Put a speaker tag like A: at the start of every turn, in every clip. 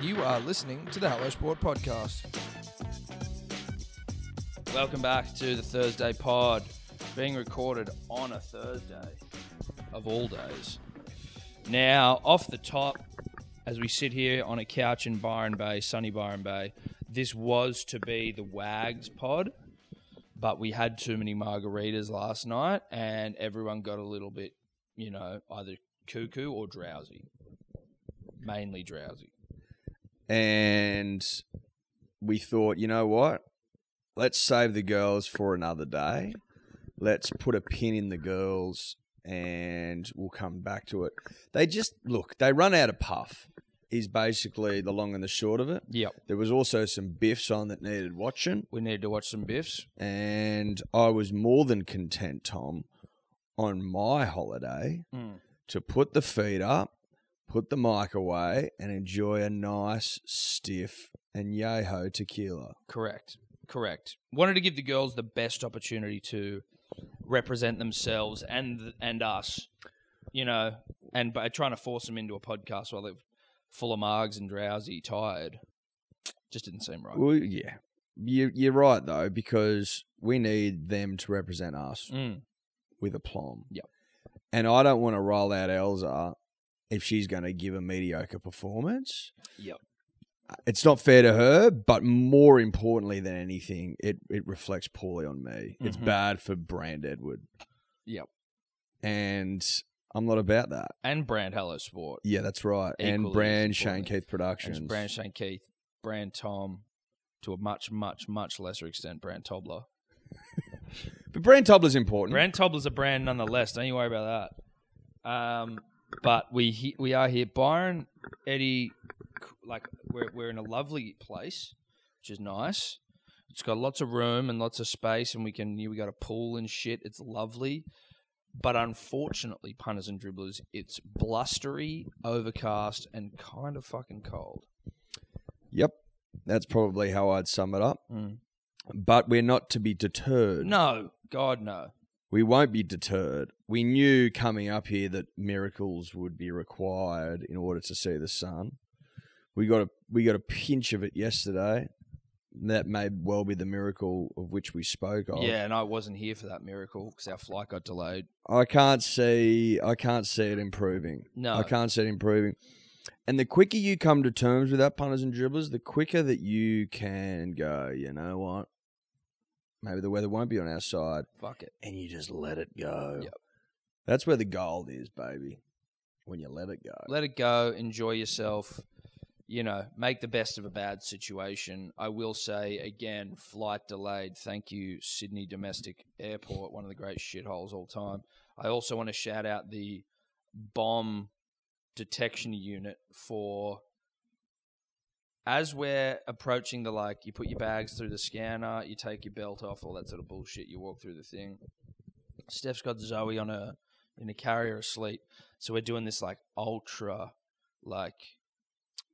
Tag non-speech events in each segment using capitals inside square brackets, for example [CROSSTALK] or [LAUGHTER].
A: You are listening to the Hello Sport Podcast.
B: Welcome back to the Thursday pod, being recorded on a Thursday of all days. Now, off the top, as we sit here on a couch in Byron Bay, sunny Byron Bay, this was to be the Wags pod, but we had too many margaritas last night and everyone got a little bit, you know, either cuckoo or drowsy. Mainly drowsy.
C: and we thought, you know what? Let's save the girls for another day. Let's put a pin in the girls and we'll come back to it. They just look, they run out of puff is basically the long and the short of it.
B: Yep.
C: There was also some biffs on that needed watching
B: We needed to watch some biffs.
C: and I was more than content, Tom, on my holiday
B: Mm.
C: to put the feet up, put the mic away, and enjoy a nice stiff and yeho tequila.
B: Correct. Correct. Wanted to give the girls the best opportunity to represent themselves and and us, you know, and by trying to force them into a podcast while they're full of margs and drowsy, tired, just didn't seem right.
C: Well, yeah, you, you're right though, because we need them to represent us
B: Mm.
C: with aplomb.
B: Yep.
C: And I don't want to roll out Elsa if she's going to give a mediocre performance.
B: Yep.
C: It's not fair to her, but more importantly than anything, it, it reflects poorly on me. It's
B: Mhm.
C: bad for Brand Edward.
B: Yep.
C: And I'm not about that.
B: And brand Hello Sport,
C: Yeah, that's right.
B: Equally
C: and
B: as
C: Brand Shane
B: important.
C: Keith
B: and
C: Productions.
B: it's brand Shane Keith, brand Tom, to a much much much lesser extent, brand Tobler.
C: but Brand Tobler's important.
B: Brand Tobler's a brand nonetheless. Don't you worry about that. Um, but we he- we are here, Byron, Eddie. c- Like we're we're in a lovely place, which is nice. It's got lots of room and lots of space, and we can we got a pool and shit. It's lovely, but unfortunately, punters and dribblers, it's blustery, overcast, and kind of fucking cold.
C: Yep. That's probably how I'd sum it up.
B: Mm.
C: But we're not to be deterred.
B: No, God, no.
C: We won't be deterred. We knew coming up here that miracles would be required in order to see the sun. We got a we got a pinch of it yesterday. That may well be the miracle of which we spoke of.
B: Yeah, and I wasn't here for that miracle because our flight got delayed.
C: I can't see I can't see it improving.
B: No,
C: I can't see it improving. And the quicker you come to terms with that, punters and dribblers, the quicker that you can go, you know what? Maybe the weather won't be on our side.
B: fuck it.
C: And you just let it go.
B: Yep.
C: That's where the gold is, baby. When you let it go.
B: let it go enjoy yourself you know make the best of a bad situation i will say again flight delayed thank you sydney domestic airport one of the great shitholes all time i also want to shout out the bomb detection unit for as we're approaching the like you put your bags through the scanner you take your belt off all that sort of bullshit you walk through the thing steph's got zoe on a in a carrier asleep so we're doing this like ultra, like,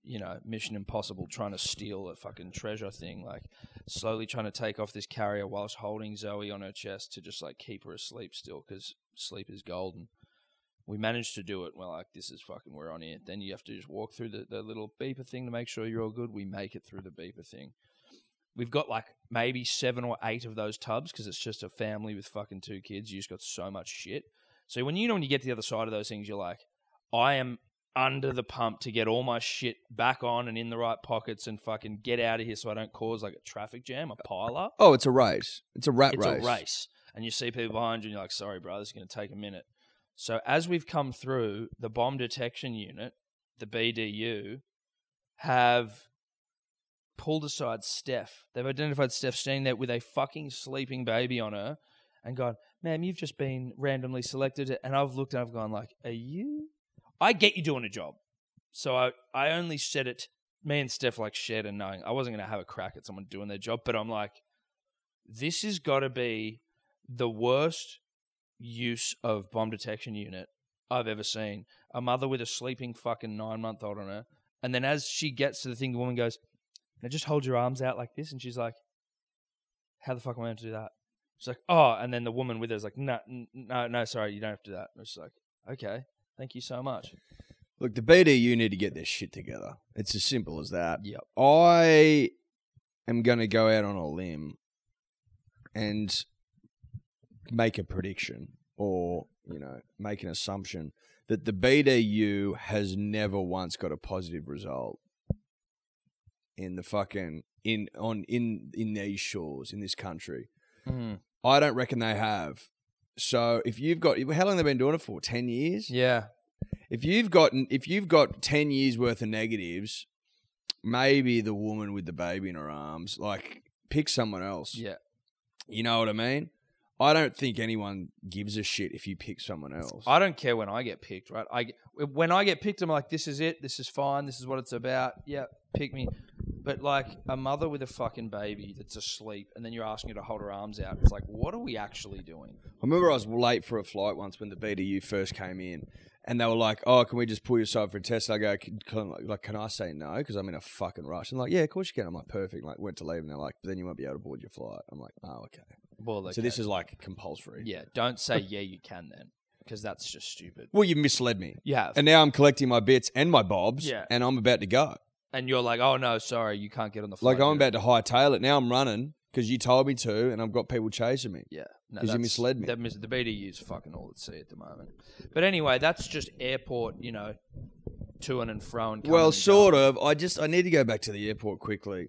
B: you know, Mission Impossible, trying to steal a fucking treasure thing, like slowly trying to take off this carrier whilst holding Zoe on her chest to just like keep her asleep still because sleep is golden. We managed to do it. We're like, this is fucking, we're on it. Then you have to just walk through the, the little beeper thing to make sure you're all good. We make it through the beeper thing. We've got like maybe seven or eight of those tubs because it's just a family with fucking two kids. You just got so much shit. So when you know when you get to the other side of those things, you're like, I am under the pump to get all my shit back on and in the right pockets and fucking get out of here so I don't cause like a traffic jam, a pile up.
C: Oh, it's a race. It's a rat
B: It's
C: race.
B: a race. And you see people behind you and you're like, sorry, bro, this is going to take a minute. So as we've come through, the bomb detection unit, the BDU, have pulled aside Steph. They've identified Steph standing there with a fucking sleeping baby on her and gone, ma'am, you've just been randomly selected. And I've looked and I've gone like, are you? I get you doing a job. So I, I only said it, me and Steph like shared and knowing I wasn't going to have a crack at someone doing their job, but I'm like, this has got to be the worst use of bomb detection unit I've ever seen. A mother with a sleeping fucking nine month old on her, and then as she gets to the thing, the woman goes, "Now just hold your arms out like this," and she's like, "How the fuck am I going to do that?" She's like, "Oh," and then the woman with her is like, "No, n- no, no, sorry, you don't have to do that." And it's like, "Okay, thank you so much."
C: Look, the BDU need to get their shit together. It's as simple as that.
B: Yep.
C: I am going to go out on a limb and make a prediction or, you know, make an assumption that the BDU has never once got a positive result in the fucking in on in in these shores in this country.
B: Mm.
C: I don't reckon they have. So if you've got how long have they been doing it for? 10 years?
B: Yeah.
C: If you've got if you've got ten years worth of negatives, maybe the woman with the baby in her arms, like pick someone else.
B: Yeah.
C: You know what I mean? I don't think anyone gives a shit if you pick someone else.
B: I don't care when I get picked, right? I get- when I get picked, I'm like, this is it. This is fine. This is what it's about. Yeah, pick me. But like a mother with a fucking baby that's asleep, and then you're asking her to hold her arms out. It's like, what are we actually doing?
C: I remember I was late for a flight once when the BDU first came in, and they were like, "Oh, can we just pull you aside for a test?" And I go, can, can, "Like, can I say no? Because I'm in a fucking rush." And like, "Yeah, of course you can." I'm like, "Perfect." Like, went to leave, and they're like, "But then you won't be able to board your flight." I'm like, "Oh, okay."
B: Well,
C: So this is like compulsory.
B: yeah. Don't say yeah, you can then, because that's just stupid.
C: Well, you misled me.
B: You have,
C: And
B: and,
C: now I'm collecting my bits and my bobs,
B: Yeah.
C: and I'm about to go.
B: you're like, oh no, sorry, you can't get on the flight.
C: Like I'm
B: dude."
C: about to hightail it. Now I'm running because you told me to, and I've got people chasing me.
B: Yeah,
C: 'Cause you
B: that's-
C: misled me.
B: That mis- the BDU's fucking all at sea at the moment. But anyway, that's just airport, you know, to and fro and. coming
C: Well,
B: and
C: sort
B: going.
C: of. I just I need to go back to the airport quickly,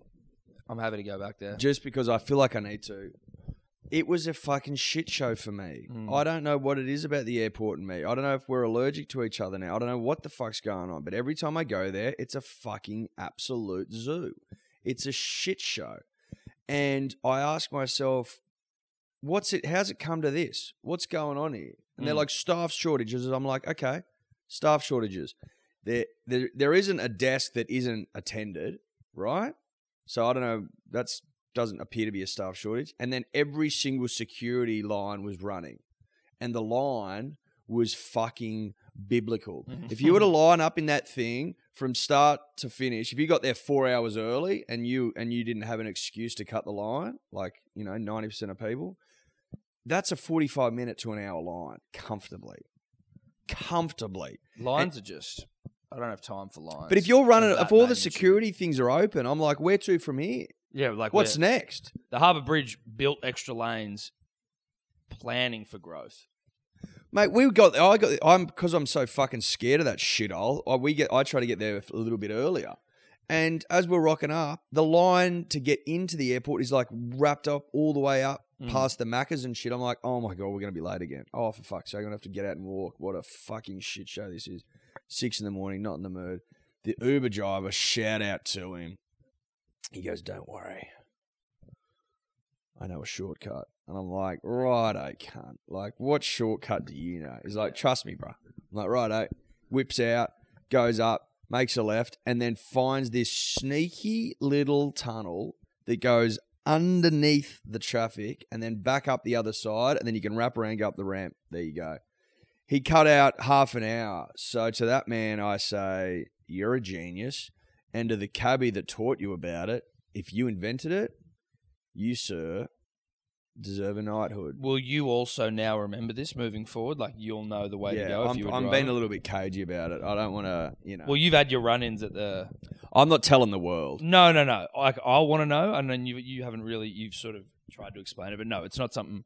B: I'm happy to go back there.
C: just because I feel like I need to. It was a fucking shit show for me.
B: Mm.
C: I don't know what it is about the airport and me. I don't know if we're allergic to each other now. I don't know what the fuck's going on. But every time I go there, it's a fucking absolute zoo. It's a shit show. And I ask myself, what's it how's it come to this what's going on here and they're
B: Mm.
C: like staff shortages and i'm like okay staff shortages there, there there isn't a desk that isn't attended right so i don't know that's doesn't appear to be a staff shortage and then every single security line was running and the line was fucking biblical
B: Mm-hmm.
C: if
B: [LAUGHS]
C: you were to line up in that thing from start to finish if you got there four hours early and you and you didn't have an excuse to cut the line like you know 90% of people that's a 45 minute to an hour line comfortably comfortably
B: Lines are just. I don't have time for lines.
C: but if you're running
B: That
C: if all the
B: magnitude.
C: security things are open i'm like where to from here
B: yeah, like
C: what's
B: what's
C: next
B: the Harbour Bridge built extra lanes, planning for growth.
C: mate we got i got i'm because i'm so fucking scared of that shit all I, we get i try to get there a little bit earlier and as we're rocking up the line to get into the airport is like wrapped up all the way up
B: Mm.
C: past the Maccas and shit. I'm like, oh my god, we're gonna be late again. Oh for fuck's sake, I'm gonna have to get out and walk. What a fucking shit show this is. Six in the morning, not in the mood. The Uber driver, shout out to him. He goes, Don't worry. I know a shortcut. And I'm like, righto, cunt. Like, what shortcut do you know? He's like, trust me, bro. I'm like, righto. Whips out, goes up, makes a left, and then finds this sneaky little tunnel that goes underneath the traffic and then back up the other side and then you can wrap around go up the ramp there you go he cut out half an hour so to that man i say you're a genius and to the cabbie that taught you about it if you invented it you sir deserve a knighthood
B: Will you also now remember this moving forward? Like you'll know the way
C: yeah,
B: to go. if
C: I'm,
B: you were
C: I'm being a
B: driving?
C: little bit cagey about it. I don't want to, you know.
B: Well, you've had your run-ins at the
C: I'm not telling the world.
B: No, no, no. Like I want to know, and then you you haven't really you've sort of tried to explain it, but no, it's not something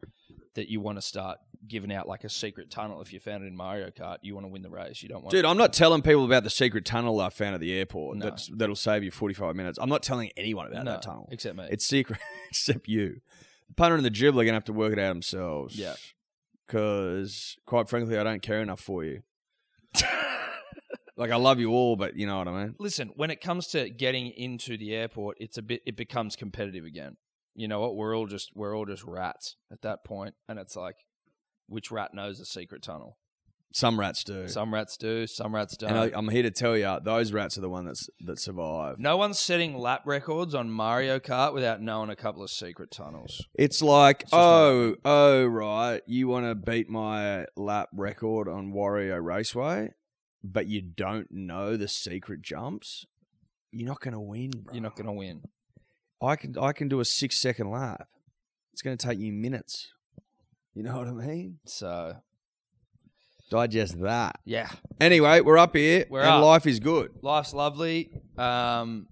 B: that you want to start giving out like a secret tunnel. If you found it in Mario Kart, you want to win the race. You don't want.
C: Dude, I'm not telling people about the secret tunnel I found at the airport
B: No.
C: that's, that'll save you 45 minutes. I'm not telling anyone about
B: no,
C: that tunnel.
B: except me.
C: It's secret, [LAUGHS] except you. The punter and the dribbler are going to have to work it out themselves.
B: Yeah.
C: Because, quite frankly, I don't care enough
B: [LAUGHS]
C: for you. like, I love you all, but you know what I mean?
B: Listen, when it comes to getting into the airport, it's a bit. It becomes competitive again. You know what? We're all just we're all just rats at that point, and it's like, which rat knows the secret tunnel?
C: Some rats do.
B: Some rats do, some rats don't.
C: and I, I'm here to tell you, those rats are the one that's, that survive.
B: no one's setting lap records on Mario Kart without knowing a couple of secret tunnels.
C: It's like,
B: just not
C: oh, oh, right. You want to beat my lap record on Wario Raceway, but you don't know the secret jumps. You're not going to win, bro.
B: You're not going to win.
C: I can I can do a six second lap. It's going to take you minutes. You know what I mean?
B: So
C: Digest that.
B: Yeah.
C: Anyway, we're up here
B: We're
C: and
B: up.
C: life is good.
B: Life's lovely. Um,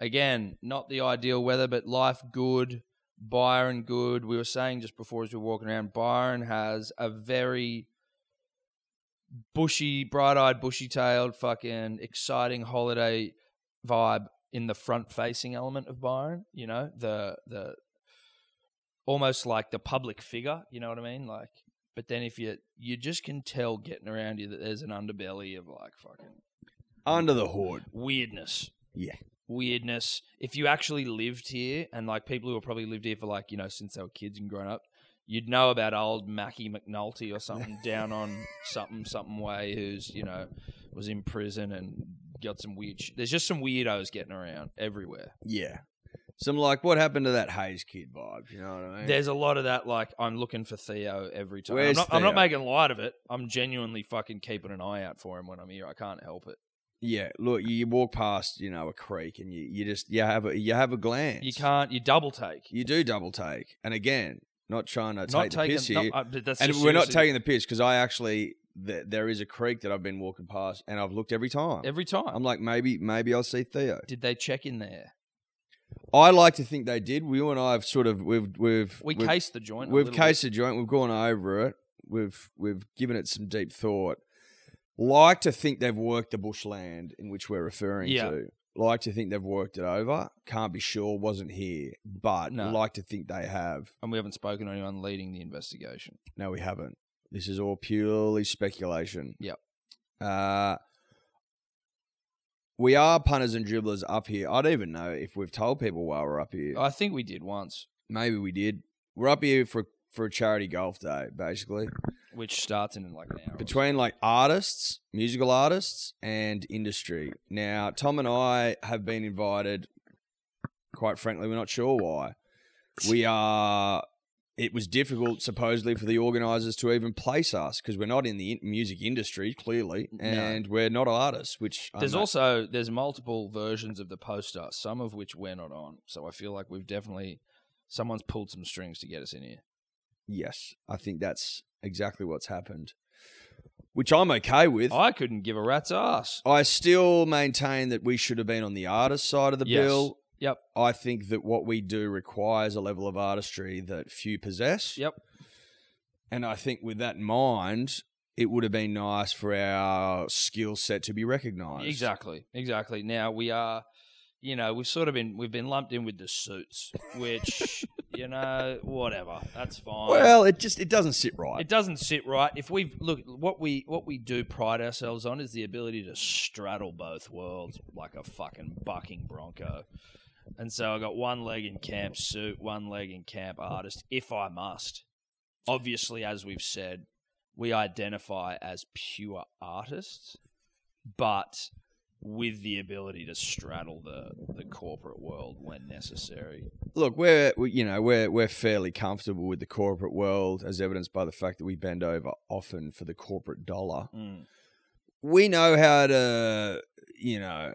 B: again, not the ideal weather, but life good. Byron good. We were saying just before as we were walking around, Byron has a very bushy, bright eyed, bushy tailed, fucking exciting holiday vibe in the front facing element of Byron, you know, the the almost like the public figure, you know what I mean? Like but then if you you just can tell getting around you that there's an underbelly of like fucking
C: Under the hood.
B: weirdness.
C: Yeah.
B: Weirdness. If you actually lived here and like people who have probably lived here for like, you know, since they were kids and grown up, you'd know about old Mackie McNulty or
C: [LAUGHS]
B: something down on something, something way who's, you know, was in prison and got some weird sh- There's just some weirdos getting around everywhere.
C: Yeah. Some like, what happened to that Hayes kid vibe? You know what I mean?
B: There's a lot of that, like, I'm looking for Theo every time. I'm
C: Where's
B: not, I'm not
C: Theo?
B: making light of it. I'm genuinely fucking keeping an eye out for him when I'm here. I can't help it.
C: yeah. Look, you you walk past, you know, a creek and you, you just you have a you have a glance.
B: You can't, you double take.
C: You do double take. And again, not trying to
B: not
C: take
B: taking,
C: the piss here.
B: not- uh, but that's
C: and
B: just
C: we're not
B: seriously-
C: taking the piss because I actually th- there is a creek that I've been walking past and I've looked every time.
B: every time.
C: I'm like, maybe maybe I'll see Theo.
B: Did they check in there?
C: I like to think they did. We and I have sort of we've we've
B: We
C: we've,
B: cased the joint. a
C: we've
B: little bit.
C: cased a joint. We've gone over it. We've we've given it some deep thought. Like to think they've worked the bushland in which we're referring
B: Yeah.
C: to. Like to think they've worked it over. Can't be sure. Wasn't here, but
B: No.
C: like to think they have.
B: and we haven't spoken to anyone leading the investigation.
C: No, we haven't. This is all purely speculation.
B: Yep.
C: Uh, we are punters and dribblers up here. I don't even know if we've told people why we're up here.
B: I think we did once,
C: Maybe we did. We're up here for for a charity golf day, basically.
B: which starts in like an hour. or
C: Between like artists, musical artists, and industry. Now, Tom and I have been invited. Quite frankly, we're not sure why. We are. It was difficult, supposedly, for the organisers to even place us because we're not in the in- music industry, clearly,
B: No.
C: and we're not artists. Which
B: so.
C: I'm
B: There's
C: not-
B: also there's multiple versions of the poster, some of which we're not on. So I feel like we've definitely someone's pulled some strings to get us in here.
C: yes, I think that's exactly what's happened, which I'm okay with.
B: I couldn't give a rat's ass.
C: I still maintain that we should have been on the artist side of the
B: Yes.
C: bill.
B: Yep.
C: I think that what we do requires a level of artistry that few possess.
B: Yep.
C: And I think with that in mind, it would have been nice for our skill set to be recognized.
B: Exactly, exactly. Now we are, you know, we've sort of been we've been lumped in with the suits, which
C: [LAUGHS]
B: you know, whatever, that's fine.
C: Well, it just it doesn't sit right.
B: It doesn't sit right. If we look what we what we do pride ourselves on is the ability to straddle both worlds like a fucking bucking bronco. And so I got one leg in camp suit, one leg in camp artist, if I must. Obviously, as we've said, we identify as pure artists, but with the ability to straddle the, the corporate world when necessary.
C: Look, we're we, you know we're we're fairly comfortable with the corporate world, as evidenced by the fact that we bend over often for the corporate dollar.
B: Mm.
C: We know how to you know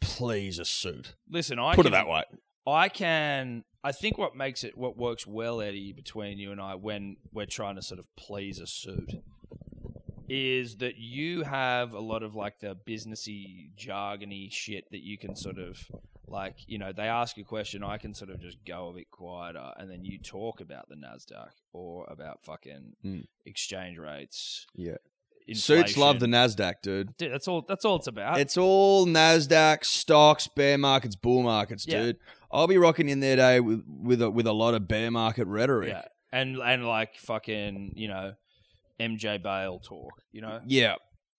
C: please a suit.
B: Listen, I
C: Put it
B: can-
C: that way.
B: I can. I think what makes it what works well, Eddie, between you and I, when we're trying to sort of please a suit, is that you have a lot of like the businessy jargony shit that you can sort of like. You know, they ask a question, I can sort of just go a bit quieter, and then you talk about the Nasdaq or about fucking
C: Mm.
B: exchange rates.
C: Yeah. Suits love the
B: inflation.
C: Nasdaq, dude.
B: Dude, that's all. That's all it's about.
C: It's all Nasdaq stocks, bear markets, bull markets,
B: Yeah.
C: dude. I'll be rocking in there today with with a, with a lot of bear market rhetoric.
B: yeah, and and like fucking you know, MJ Bale talk. You know.
C: yeah,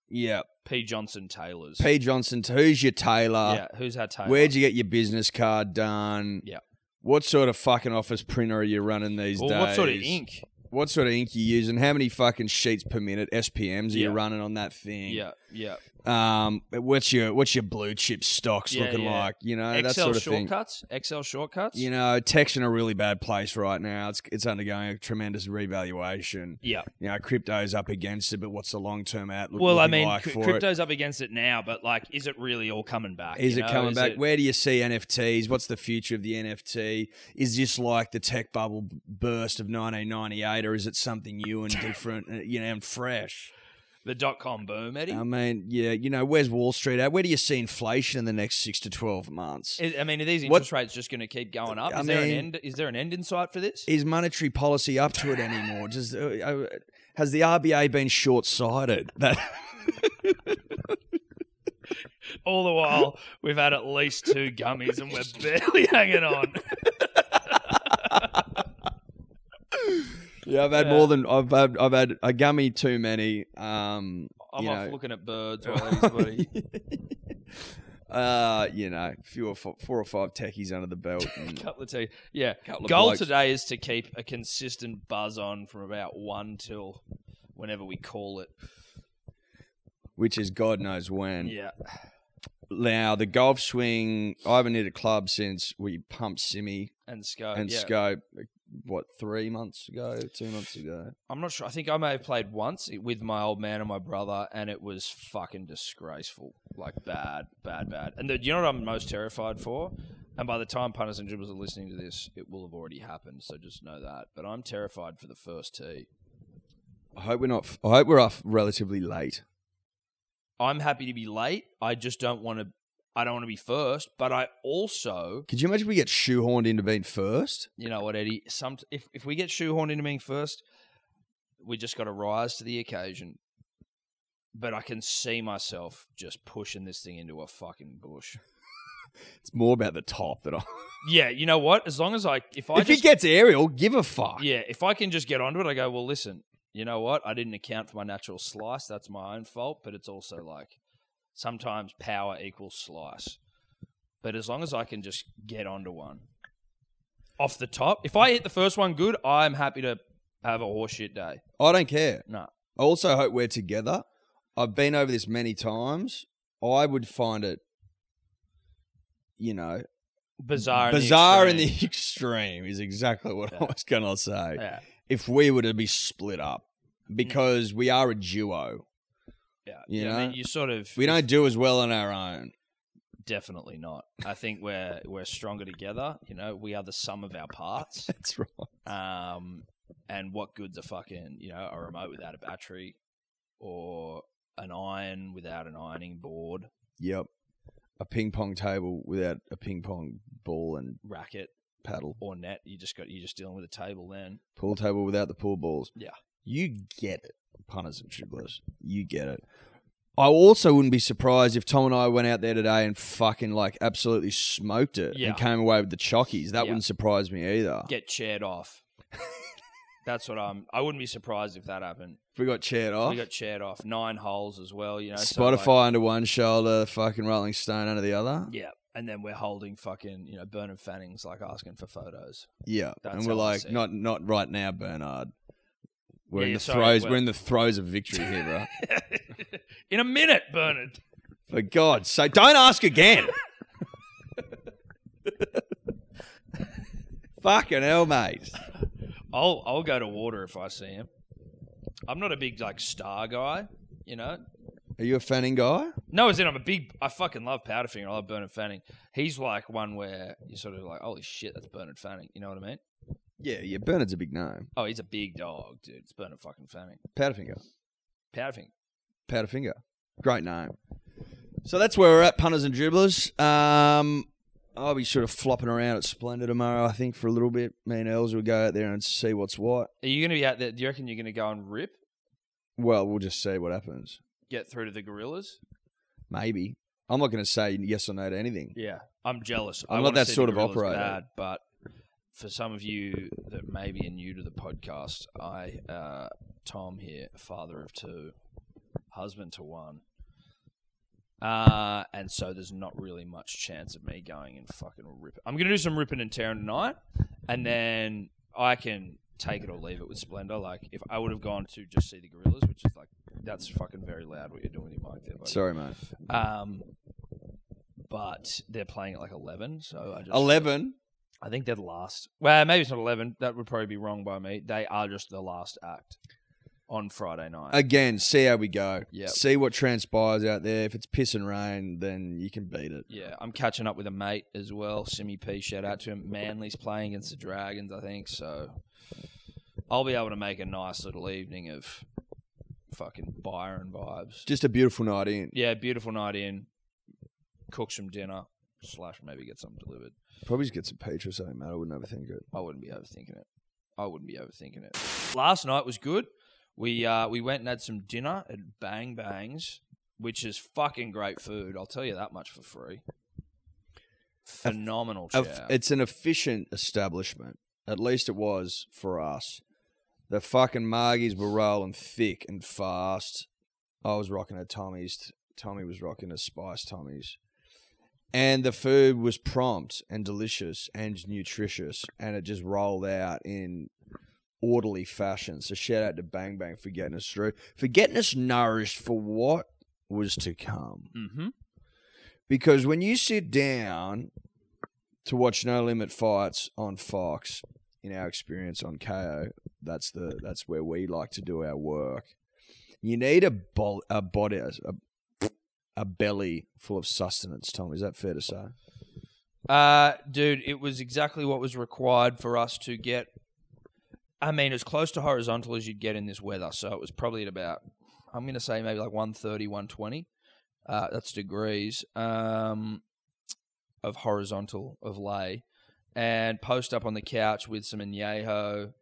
C: yeah.
B: P. Johnson Taylor's.
C: P Uh, Johnson, who's your tailor?
B: yeah, who's our Taylor?
C: Where'd you get your business card done?
B: Yeah.
C: What sort of fucking office printer are you running these
B: Or
C: days?
B: what sort of ink?
C: What sort of ink you using? How many fucking sheets per minute SPMs are
B: Yeah.
C: you running on that thing?
B: Yeah, yeah.
C: Um, what's your what's your blue chip stocks
B: Yeah,
C: looking
B: yeah.
C: like? You know
B: Excel
C: Uh, that sort of thing.
B: shortcuts. Excel shortcuts.
C: You know, tech's in a really bad place right now. It's it's undergoing a tremendous revaluation.
B: yeah.
C: You know, crypto's up against it, but what's the long term outlook?
B: Well, I
C: looking
B: mean,
C: like
B: cr-
C: for
B: crypto's up against it now, but like, is it really all coming back?
C: It? Is
B: you
C: it
B: know?
C: coming
B: Is
C: back?
B: it-
C: Where do you see NFTs? What's the future of the NFT? Is this like the tech bubble
B: [LAUGHS]
C: burst of 1998, or is it something new and different, uh, you know, and fresh?
B: The dot com boom, Eddie.
C: I mean, yeah, you know, where's Wall Street at? Where do you see inflation in the next six to twelve months?
B: I I mean, are these
C: What-
B: interest rates just going to keep going up? Is
C: I
B: there an
C: mean-
B: end? Is there an end in sight for this?
C: Is monetary policy up to it anymore? Does, uh, uh, has the RBA been short-sighted? [LAUGHS] That
B: All the while, we've had at least two gummies and we're barely [LAUGHS] hanging
C: [LAUGHS]
B: on.
C: yeah, I've had
B: Yeah.
C: more than I've had. I've had a gummy too many. Um,
B: I'm
C: you
B: off
C: know.
B: looking at
C: [LAUGHS]
B: birds while he's bloody.
C: uh, you know, few or four, four or five techies under the belt. and
B: [LAUGHS] Couple of tea. Yeah.
C: couple of
B: Goal
C: blokes.
B: today is to keep a consistent buzz on from about one till whenever we call it.
C: which is God knows when.
B: Yeah.
C: Now the golf swing, I haven't hit a club since we pumped Simi
B: And scope.
C: and
B: Uh, yeah.
C: Scope. What three months ago? Two months ago?
B: I'm not sure. I think I may have played once with my old man and my brother, and it was fucking disgraceful. Like bad, bad, bad. And the, you know what I'm most terrified for? And by the time punters and dribblers are listening to this, it will have already happened. So just know that. But I'm terrified for the first tee.
C: I hope we're not. I hope we're off relatively late.
B: I'm happy to be late. I just don't want to. I don't want to be first. But I also,
C: Could you imagine if we get shoehorned into being first?
B: you know what, Eddie? Some if if we get shoehorned into being first, we just got to rise to the occasion. But I can see myself just pushing this thing into a fucking bush.
C: It's more about the top that I.
B: Yeah, you know what? As long as I, if I
C: if
B: just,
C: it gets aerial, give a fuck.
B: yeah, if I can just get onto it, I go. Well, listen, you know what? I didn't account for my natural slice. That's my own fault. But it's also like sometimes power equals slice. But as long as I can just get onto one off the top, if I hit the first one good, I'm happy to have a horseshit day.
C: I don't care.
B: No.
C: I also hope we're together. I've been over this many times. I would find it, you know,
B: Bizarre,
C: bizarre
B: in
C: in [LAUGHS] the extreme is exactly what I
B: Yeah.
C: was going to say.
B: extreme. yeah, Mm.
C: If we were to be split up, because we are a duo,
B: yeah.
C: You
B: yeah I mean,
C: know,
B: you sort of
C: we don't do as well on our own. [LAUGHS]
B: definitely not. I think we're we're stronger together. You know, we are the sum of our parts.
C: That's right.
B: Um, and what good's a fucking you know a remote without a battery, or an iron without an ironing board
C: Yep. A ping pong table without a ping pong ball and
B: racket
C: paddle.
B: or net? You just got you're just dealing with a table then.
C: Pool table without the pool balls.
B: Yeah.
C: You get it, punters and dribblers. You get it. I also wouldn't be surprised if Tom and I went out there today and fucking like absolutely smoked it
B: Yeah.
C: and came away with the chockies. That
B: Yeah.
C: wouldn't surprise me either.
B: Get chaired off. That's what I'm. I wouldn't be surprised if that happened.
C: [LAUGHS] If we got chaired off,
B: We got chaired off nine holes as well. You know, so, like,
C: Spotify under one shoulder, fucking Rolling Stone under the other.
B: yeah, and then we're holding fucking you know Bernard Fanning's like asking for photos.
C: Yeah,
B: That's
C: and we're
B: how I
C: like,
B: see it.
C: not not right now, Bernard. We're
B: Yeah,
C: in
B: yeah,
C: the
B: sorry,
C: throes.
B: we're-
C: We're in the throes of victory here,
B: [LAUGHS]
C: bro.
B: In a minute, Bernard.
C: For God's sake, don't ask [LAUGHS] again. Fucking hell, mate.
B: I'll I'll go to water if I see him. I'm not a big like star guy, you know.
C: Are you a fanning guy?
B: No, as in I'm a big. I fucking love Powderfinger. I love Bernard Fanning. He's like one where you're sort of like, holy shit, that's Bernard Fanning. You know what I mean?
C: Yeah, yeah. Bernard's a big name.
B: Oh, he's a big dog, dude. It's Bernard fucking Fanning.
C: Powderfinger.
B: Powderfinger.
C: Powderfinger. Great name. So that's where we're at, punters and dribblers. Um, I'll be sort of flopping around at Splendor tomorrow, I think, for a little bit. Me and Els will go out there and see what's what.
B: Are you gonna be out there? Do you reckon you're gonna go and rip?
C: Well, we'll just see what happens.
B: Get through to the gorillas?
C: Maybe. I'm not going to say yes or no to anything.
B: Yeah, I'm jealous. I
C: I'm not
B: wanna
C: that
B: see the
C: sort of eh?
B: Gorillas
C: operator.
B: Bad, but for some of you that maybe are new to the podcast, I, uh, Tom here, father of two, husband to one, uh, and so there's not really much chance of me going and fucking ripping. I'm gonna do some ripping and tearing tonight, and then I can take it or leave it with Splendor. Like if I would have gone to just see the gorillas, which is like that's fucking very loud what you're doing with your mic there. buddy.
C: Sorry, mate.
B: Um, but they're playing at like eleven, so I just
C: 11.
B: I think they're the last. Well, maybe it's not eleven. That would probably be wrong by me. They are just the last act on Friday night.
C: again, see how we go.
B: Yep.
C: See what transpires out there. If it's piss and rain, then you can beat it.
B: yeah, I'm catching up with a mate as well, Simi P. Shout out to him. Manly's playing against the Dragons, I think. So I'll be able to make a nice little evening of fucking Byron vibes.
C: Just a beautiful night in.
B: Yeah, beautiful night in. Cook some dinner, slash maybe get something delivered.
C: Probably just get some pizza or something, mate. I wouldn't overthink it.
B: I wouldn't be overthinking it. I wouldn't be overthinking it. Last night was good. We uh, we went and had some dinner at Bang Bangs, which is fucking great food. I'll tell you that much for free. Phenomenal
C: A-
B: chow.
C: It's an efficient establishment. At least it was for us. The fucking Margies were rolling thick and fast. I was rocking a Tommy's. Tommy was rocking a Spice Tommy's. And the food was prompt and delicious and nutritious. And it just rolled out in orderly fashion. So shout out to Bang Bang for getting us through, for getting us nourished for what was to come
B: mm-hmm.
C: because when you sit down to watch No Limit fights on Fox, in our experience on KO, that's the that's where we like to do our work. You need a bol- a body a, a belly full of sustenance. Tom, is that fair to say?
B: Uh, dude, it was exactly what was required for us to get. I mean, as close to horizontal as you'd get in this weather. So it was probably at about, I'm going to say maybe like 130, 120. Uh, that's degrees um, of horizontal of lay. And post up on the couch with some añejo,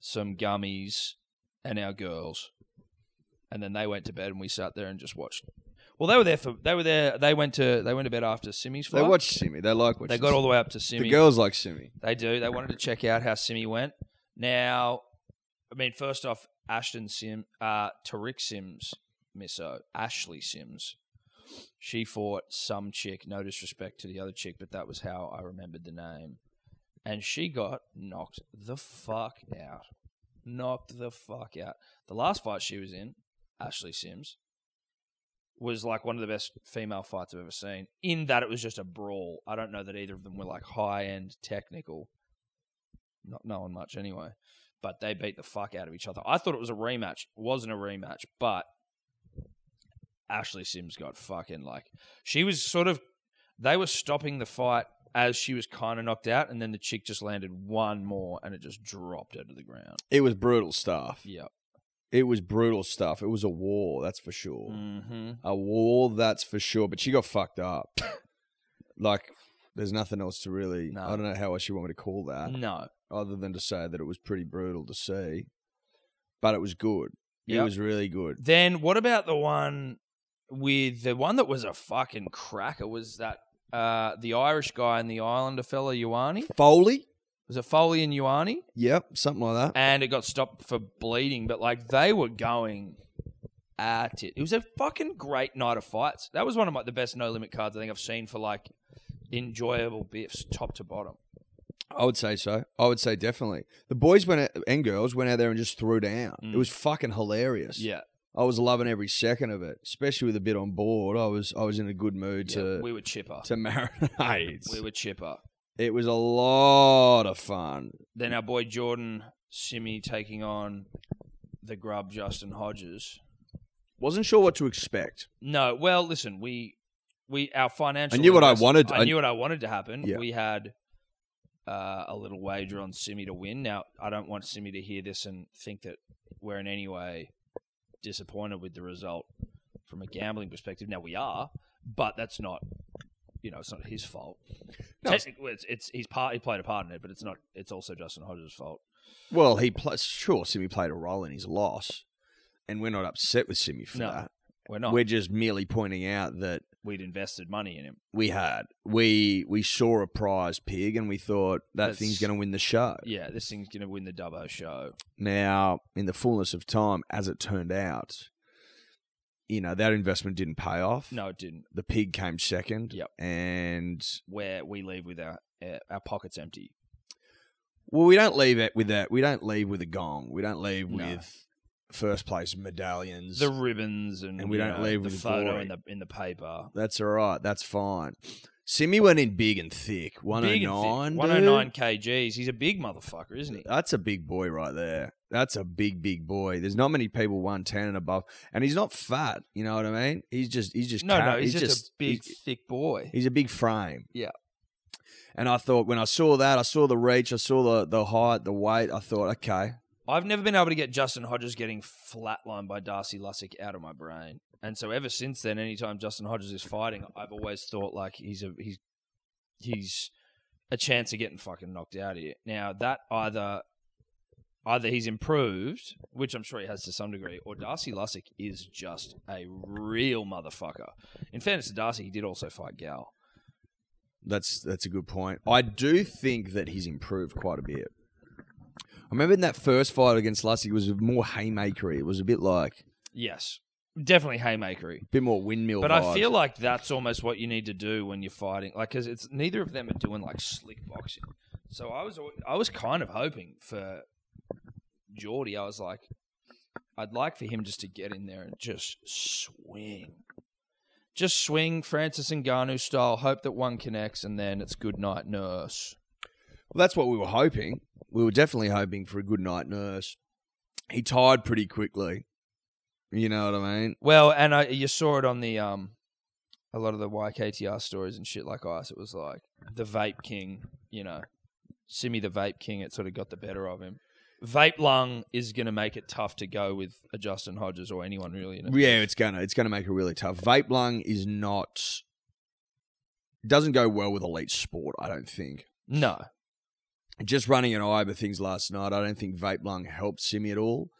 B: some gummies, and our girls. And then they went to bed, and we sat there and just watched. Well, they were there for they were there. They went to they went to bed after Simi's
C: They
B: fight.
C: watch Simi. They like watching.
B: They got all the way up to
C: Simi.
B: Simi.
C: the girls like Simi.
B: They do. They wanted to check out how Simi went. Now, I mean, first off, Ashton Sim, uh, Tariq Sims, misso Ashley Sims. She fought some chick. No disrespect to the other chick, but that was how I remembered the name. And she got knocked the fuck out. Knocked the fuck out. The last fight she was in, Ashley Sims, was like one of the best female fights I've ever seen. In that it was just a brawl. I don't know that either of them were like high end technical, not knowing much anyway. But they beat the fuck out of each other. I thought it was a rematch. It wasn't a rematch, but Ashley Sims got fucking like she was sort of they were stopping the fight as she was kind of knocked out, and then the chick just landed one more and it just dropped her to the ground.
C: It was brutal stuff.
B: Yep.
C: It was brutal stuff. It was a war, that's for sure.
B: Mm-hmm.
C: A war, that's for sure. But she got fucked up. [LAUGHS] like, there's nothing else to really.
B: No. Mm.
C: I don't know how else you want me to call that,
B: No.
C: other than to say that it was pretty brutal to see. But it was good. It
B: Yep.
C: was really good.
B: Then what about the one with the one that was a fucking cracker? Was that uh, the Irish guy and the Islander fella Ioane?
C: Foley.
B: Was it Foley and Ioane?
C: Yep, something like that.
B: And it got stopped for bleeding, but like they were going at it. It was a fucking great night of fights. That was one of my, the best no limit cards I think I've seen for like enjoyable biffs, top to bottom.
C: I would say so. I would say definitely. The boys went out, and girls went out there and just threw down. It
B: Mm.
C: was fucking hilarious.
B: Yeah,
C: I was loving every second of it, especially with a bit on board. I was I was in a good mood to
B: we were chipper.
C: to [LAUGHS] marinate.
B: we were chipper.
C: It was a lot of fun.
B: Then our boy Jordan Simi taking on the grub Justin Hodges.
C: Wasn't sure what to expect.
B: No, well, listen, we we our financial.
C: I knew what I
B: invest-
C: wanted-
B: I,
C: I-
B: knew what I wanted to happen.
C: Yeah.
B: We had uh, a little wager on Simi to win. Now, I don't want Simi to hear this and think that we're in any way disappointed with the result from a gambling perspective. Now we are, but that's not. You know, it's not his fault.
C: No, it's-
B: Technically, it's, it's he's part he played a part in it, but it's not. It's also Justin Hodges' fault.
C: Well, he pl- sure Simi played a role in his loss, and we're not upset with Simi for
B: No,
C: that.
B: We're not.
C: We're just merely pointing out that
B: We'd invested money in him.
C: we had we we saw a prize pig and we thought that
B: That's-
C: thing's going to win the show.
B: Yeah, this thing's gonna win the Dubbo show.
C: Now, in the fullness of time, as it turned out, you know that investment didn't pay off.
B: No, it didn't.
C: the pig came second.
B: Yep.
C: and
B: where we leave with our uh, our pockets empty.
C: Well, we don't leave it with that. We don't leave with a gong. We don't leave
B: No.
C: with first place medallions.
B: The ribbons and,
C: And we
B: you
C: don't
B: know,
C: leave
B: the
C: with
B: photo
C: glory.
B: in the in the paper.
C: That's all right. That's fine. Simi went in big and thick. One hundred
B: Big and oh
C: nine. Uh,
B: thick. 109 kgs. He's a big motherfucker, isn't he?
C: That's a big boy right there. That's a big, big boy. There's not many people one ten and above, and he's not fat. You know what I mean? He's just, he's just,
B: No,
C: cat-
B: no, he's, just, a big
C: he's-
B: thick boy.
C: He's a big frame.
B: Yeah.
C: And I thought when I saw that, I saw the reach, I saw the the height, the weight. I thought, okay,
B: I've never been able to get Justin Hodges getting flatlined by Darcy Lussick out of my brain. And so ever since then, anytime Justin Hodges is fighting, I've always thought like he's a he's he's a chance of getting fucking knocked out here. Now that either either he's improved, which I'm sure he has to some degree, or Darcy Lussick is just a real motherfucker. In fairness to Darcy, he did also fight Gal.
C: That's that's a good point. I do think that he's improved quite a bit. I remember in that first fight against Lussy, it was more haymakery. It was a bit like
B: Yes. Definitely haymakery.
C: a bit more windmill.
B: But I
C: vibes.
B: feel like that's almost what you need to do when you're fighting, like because it's neither of them are doing like slick boxing. So I was al- I was kind of hoping for Geordie. I was like, I'd like for him just to get in there and just swing, just swing Francis Ngannou style. Hope that one connects, and then it's good night, nurse.
C: Well, that's what we were hoping. We were definitely hoping for a good night nurse. He tired pretty quickly. You know what I mean?
B: Well, and I, you saw it on the um, a lot of the YKTR stories and shit like ice. It was like the vape king, you know, Simi the vape king. It sort of got the better of him. Vape lung is going to make it tough to go with a Justin Hodges or anyone really. In it.
C: Yeah, it's gonna it's gonna make it really tough. Vape lung is not doesn't go well with elite sport. I don't think.
B: No,
C: Just running an eye over things last night, I don't think vape lung helped Simi at all.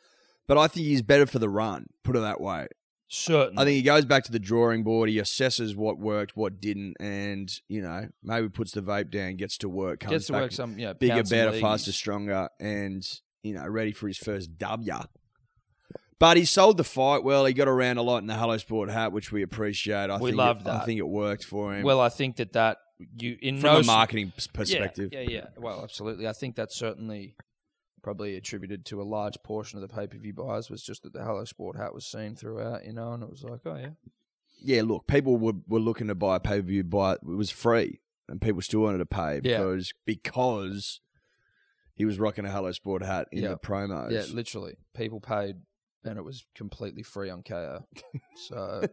C: But I think he's better for the run. Put it that way.
B: certainly.
C: I think he goes back to the drawing board. He assesses what worked, what didn't, and you know maybe puts the vape down, gets to work, comes
B: gets to
C: back
B: work some yeah
C: bigger,
B: pound some
C: better,
B: leagues.
C: faster, stronger, and you know, ready for his first W. But he sold the fight well. He got around a lot in the Hello Sport hat, which we appreciate. I
B: We
C: think
B: loved
C: it, I
B: that.
C: think it worked for him.
B: Well, I think that that you in
C: from
B: no
C: a
B: s-
C: marketing s-
B: Yeah,
C: perspective,
B: Yeah, yeah, Well, absolutely. I think that's certainly probably attributed to a large portion of the pay per view buys was just that the Hello Sport hat was seen throughout, you know, and it was like, oh yeah,
C: yeah. Look, people were, were looking to buy a pay per view, buy it was free, and people still wanted to pay
B: Yeah.
C: because because he was rocking a Hello Sport hat in
B: Yeah.
C: the promos.
B: yeah, literally, people paid. And it was completely free on
C: [LAUGHS]
B: KO. So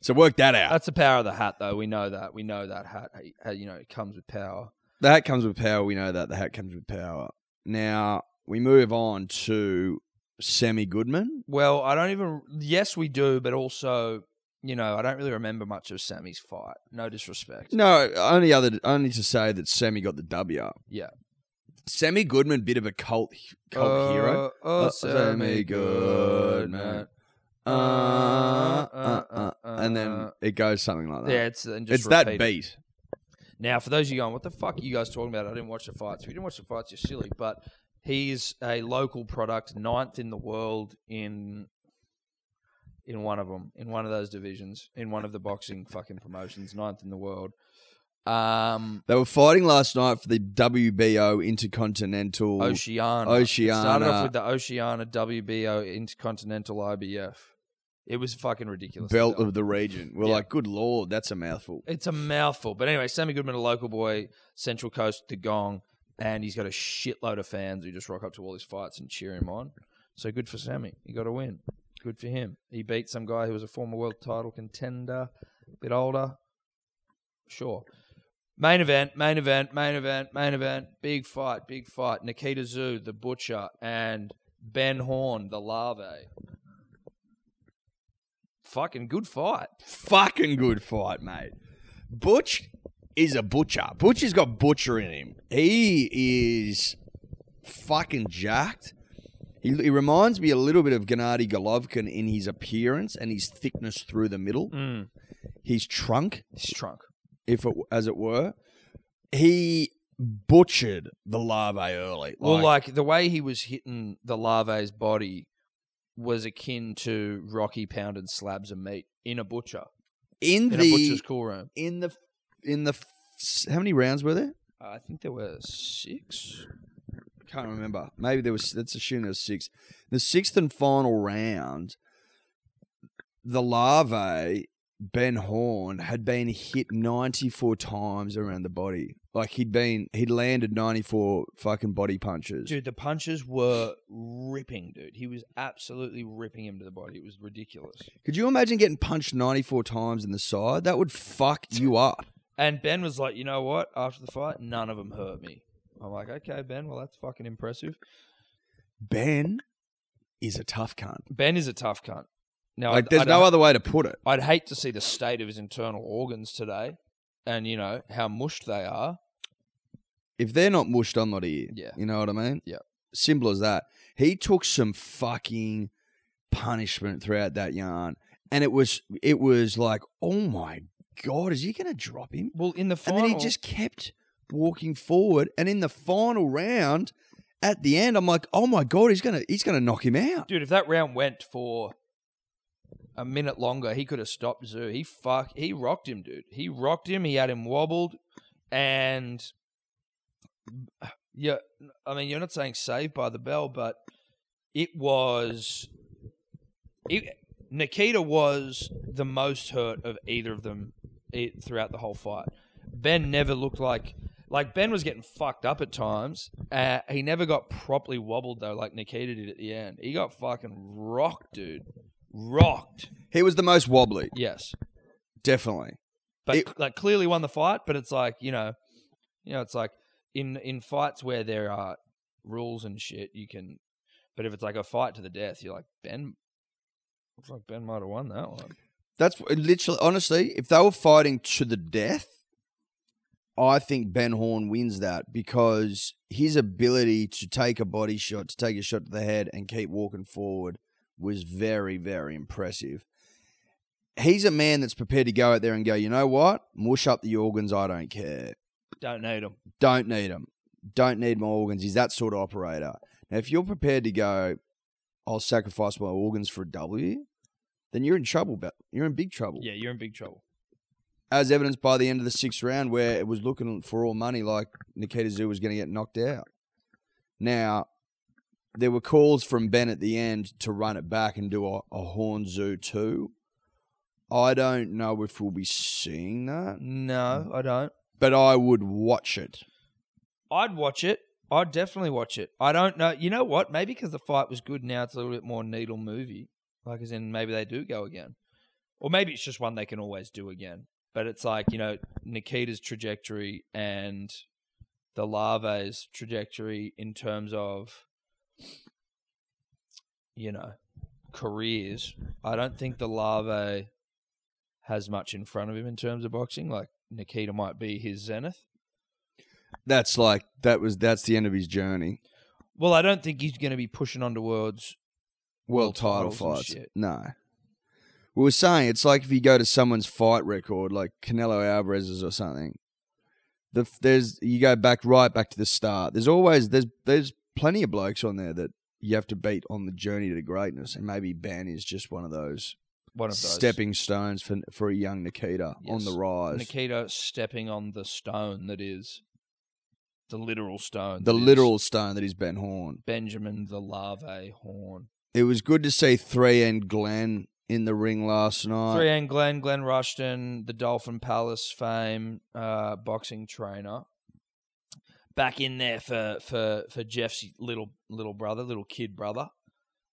C: so work that out.
B: that's the power of the hat, though. We know that. We know that hat. uh, You know, it comes with power.
C: The hat comes with power. We know that. The hat comes with power. Now we move on to Sammy Goodman.
B: Well, I don't even. Yes, we do, but also, you know, I don't really remember much of Sammy's fight. No disrespect.
C: No, only other only to say that Sammy got the W.
B: Yeah.
C: Sammy Goodman, bit of a cult cult hero.
B: Oh, oh,
C: Uh,
B: Sammy Goodman.
C: Uh, uh, uh, and then it goes something like that.
B: uh, yeah, it's and just
C: it's that
B: repeat it.
C: beat.
B: Now, for those of you going, what the fuck are you guys talking about? I didn't watch the fights. If you didn't watch the fights, you're silly. But he's a local product, ninth in the world in in one of them, in one of those divisions, in one of the boxing fucking promotions, ninth in the world. Um,
C: They were fighting last night for the WBO Intercontinental.
B: Oceana.
C: Oceana.
B: Started off with the Oceana WBO Intercontinental IBF. It was fucking ridiculous.
C: Belt of the region. We're
B: Yeah.
C: like, good lord, that's a mouthful.
B: It's a mouthful. But anyway, Sammy Goodman, a local boy, Central Coast, the Gong, and he's got a shitload of fans who just rock up to all his fights and cheer him on. So good for Sammy. He got a win. Good for him. He beat some guy who was a former world title contender, bit older. Sure. Main event, main event, main event, main event. Big fight, big fight. Nikita Zoo, the butcher, and Ben Horn, the larvae. Fucking good fight.
C: fucking good fight, mate. Butch is a butcher. Butch has got butcher in him. He is fucking jacked. He, he reminds me a little bit of Gennady Golovkin in his appearance and his thickness through the middle,
B: Mm.
C: his trunk,
B: He's drunk.
C: if it, as it were. He butchered the larvae early.
B: Well, like the way he was hitting the larvae's body was akin to Rocky pounding slabs of meat in a butcher
C: in
B: in a
C: the
B: butcher's cool room.
C: in the in the f- how many rounds were there?
B: I think there were six.
C: can't remember. Maybe there was. Let's assume there was six. The sixth and final round, the larvae Ben Horn had been hit ninety four times around the body. Like he'd been, he'd landed ninety four fucking body punches.
B: Dude, the punches were ripping, dude. He was absolutely ripping him to the body. It was ridiculous.
C: Could you imagine getting punched ninety four times in the side? That would fuck you up.
B: And Ben was like, you know what? After the fight, none of them hurt me. I'm like, okay, Ben, well, that's fucking impressive.
C: Ben is a tough cunt.
B: Ben is a tough cunt. Now,
C: Like,
B: I'd-
C: there's
B: I'd-
C: no other way to put it.
B: I'd hate to see the state of his internal organs today, and you know how mushed they are.
C: If they're not mushed, I'm not here.
B: Yeah.
C: You know what I mean?
B: Yeah.
C: Simple as that. He took some fucking punishment throughout that yarn. And it was it was like, oh my God, is he gonna drop him?
B: Well, in the
C: And
B: final,
C: then he just kept walking forward. And in the final round, at the end, I'm like, oh my God, he's gonna he's gonna knock him out.
B: dude, if that round went for a minute longer, he could have stopped Zoo. He fuck, he rocked him, dude. He rocked him. He had him wobbled, and yeah, I mean, you're not saying saved by the bell, but it was. It, Nikita was the most hurt of either of them i- e, throughout the whole fight. Ben never looked like like Ben was getting fucked up at times. Uh, he never got properly wobbled though, like Nikita did at the end. He got fucking rocked, dude. Rocked.
C: He was the most wobbly,
B: Yes,
C: definitely.
B: but
C: It-
B: like clearly won the fight. But it's like you know, you know, it's like in in fights where there are rules and shit, you can. But if it's like a fight to the death, you're like Ben. Looks like Ben might have won that one.
C: That's w- literally, honestly, if they were fighting to the death, I think Ben Horn wins that because his ability to take a body shot, to take a shot to the head, and keep walking forward was very, very impressive. He's a man that's prepared to go out there and go, you know what? Mush up the organs. I don't care.
B: Don't need him.
C: Don't need them. Don't need my organs. He's that sort of operator. Now, if you're prepared to go, I'll sacrifice my organs for a W, then you're in trouble. But you're in big trouble
B: Yeah, you're in big trouble.
C: as evidenced by the end of the sixth round, where it was looking for all money like Nikita Zoo was going to get knocked out. Now, there were calls from Ben at the end to run it back and do a, a Horn Zoo 2. I don't know if we'll be seeing that,
B: No, I don't.
C: but I would watch it.
B: I'd watch it. I'd definitely watch it. I don't know. You know what? Maybe because the fight was good, now it's a little bit more needle movie. Like, as in, maybe they do go again. Or maybe it's just one they can always do again. But it's like, you know, Nikita's trajectory and the larvae's trajectory in terms of, you know, careers. I don't think the larvae has much in front of him in terms of boxing. Like, Nikita might be his zenith.
C: That's like that was that's the end of his journey.
B: Well, I don't think he's going to be pushing on towards.
C: World
B: World
C: title
B: titles and
C: fights.
B: shit.
C: No. We were saying it's like if you go to someone's fight record, like Canelo Alvarez's or something. The, there's you go back right back to the start. There's always there's there's plenty of blokes on there that you have to beat on the journey to greatness, and maybe Ben is just one of those,
B: One of those.
C: stepping stones for for a young Nikita on
B: Yes.
C: the rise.
B: Nikita stepping on the stone that is the literal stone.
C: the
B: that is
C: literal stone that is Ben Horn.
B: Benjamin the larvae horn.
C: It was good to see three and Glenn in the ring last night.
B: Three and Glenn, Glenn Rushton, the Dolphin Palace fame uh, boxing trainer. Back in there for, for, for Jeff's little little brother, little kid brother.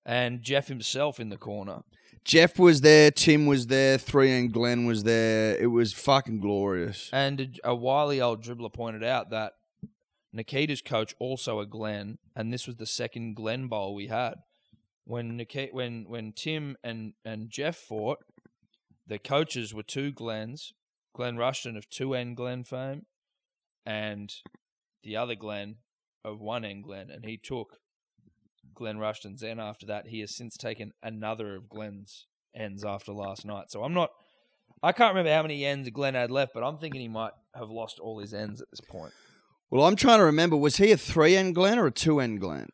B: And Jeff himself in the corner.
C: Jeff was there, Tim was there, three and Glenn was there. It was fucking glorious.
B: And uh, a, a wily old dribbler pointed out that Nikita's coach also a Glen, and this was the second Glen Bowl we had. When Nikita, when when Tim and and Jeff fought, the coaches were two Glens, Glen Rushton of two N Glen fame, and the other Glen of one N Glen, and he took Glen Rushton's N after that. He has since taken another of Glen's ends after last night. So I'm not I can't remember how many ends Glenn had left, but I'm thinking he might have lost all his ends at this point.
C: Well, I'm trying to remember was he a three and Glenn or a two and Glenn?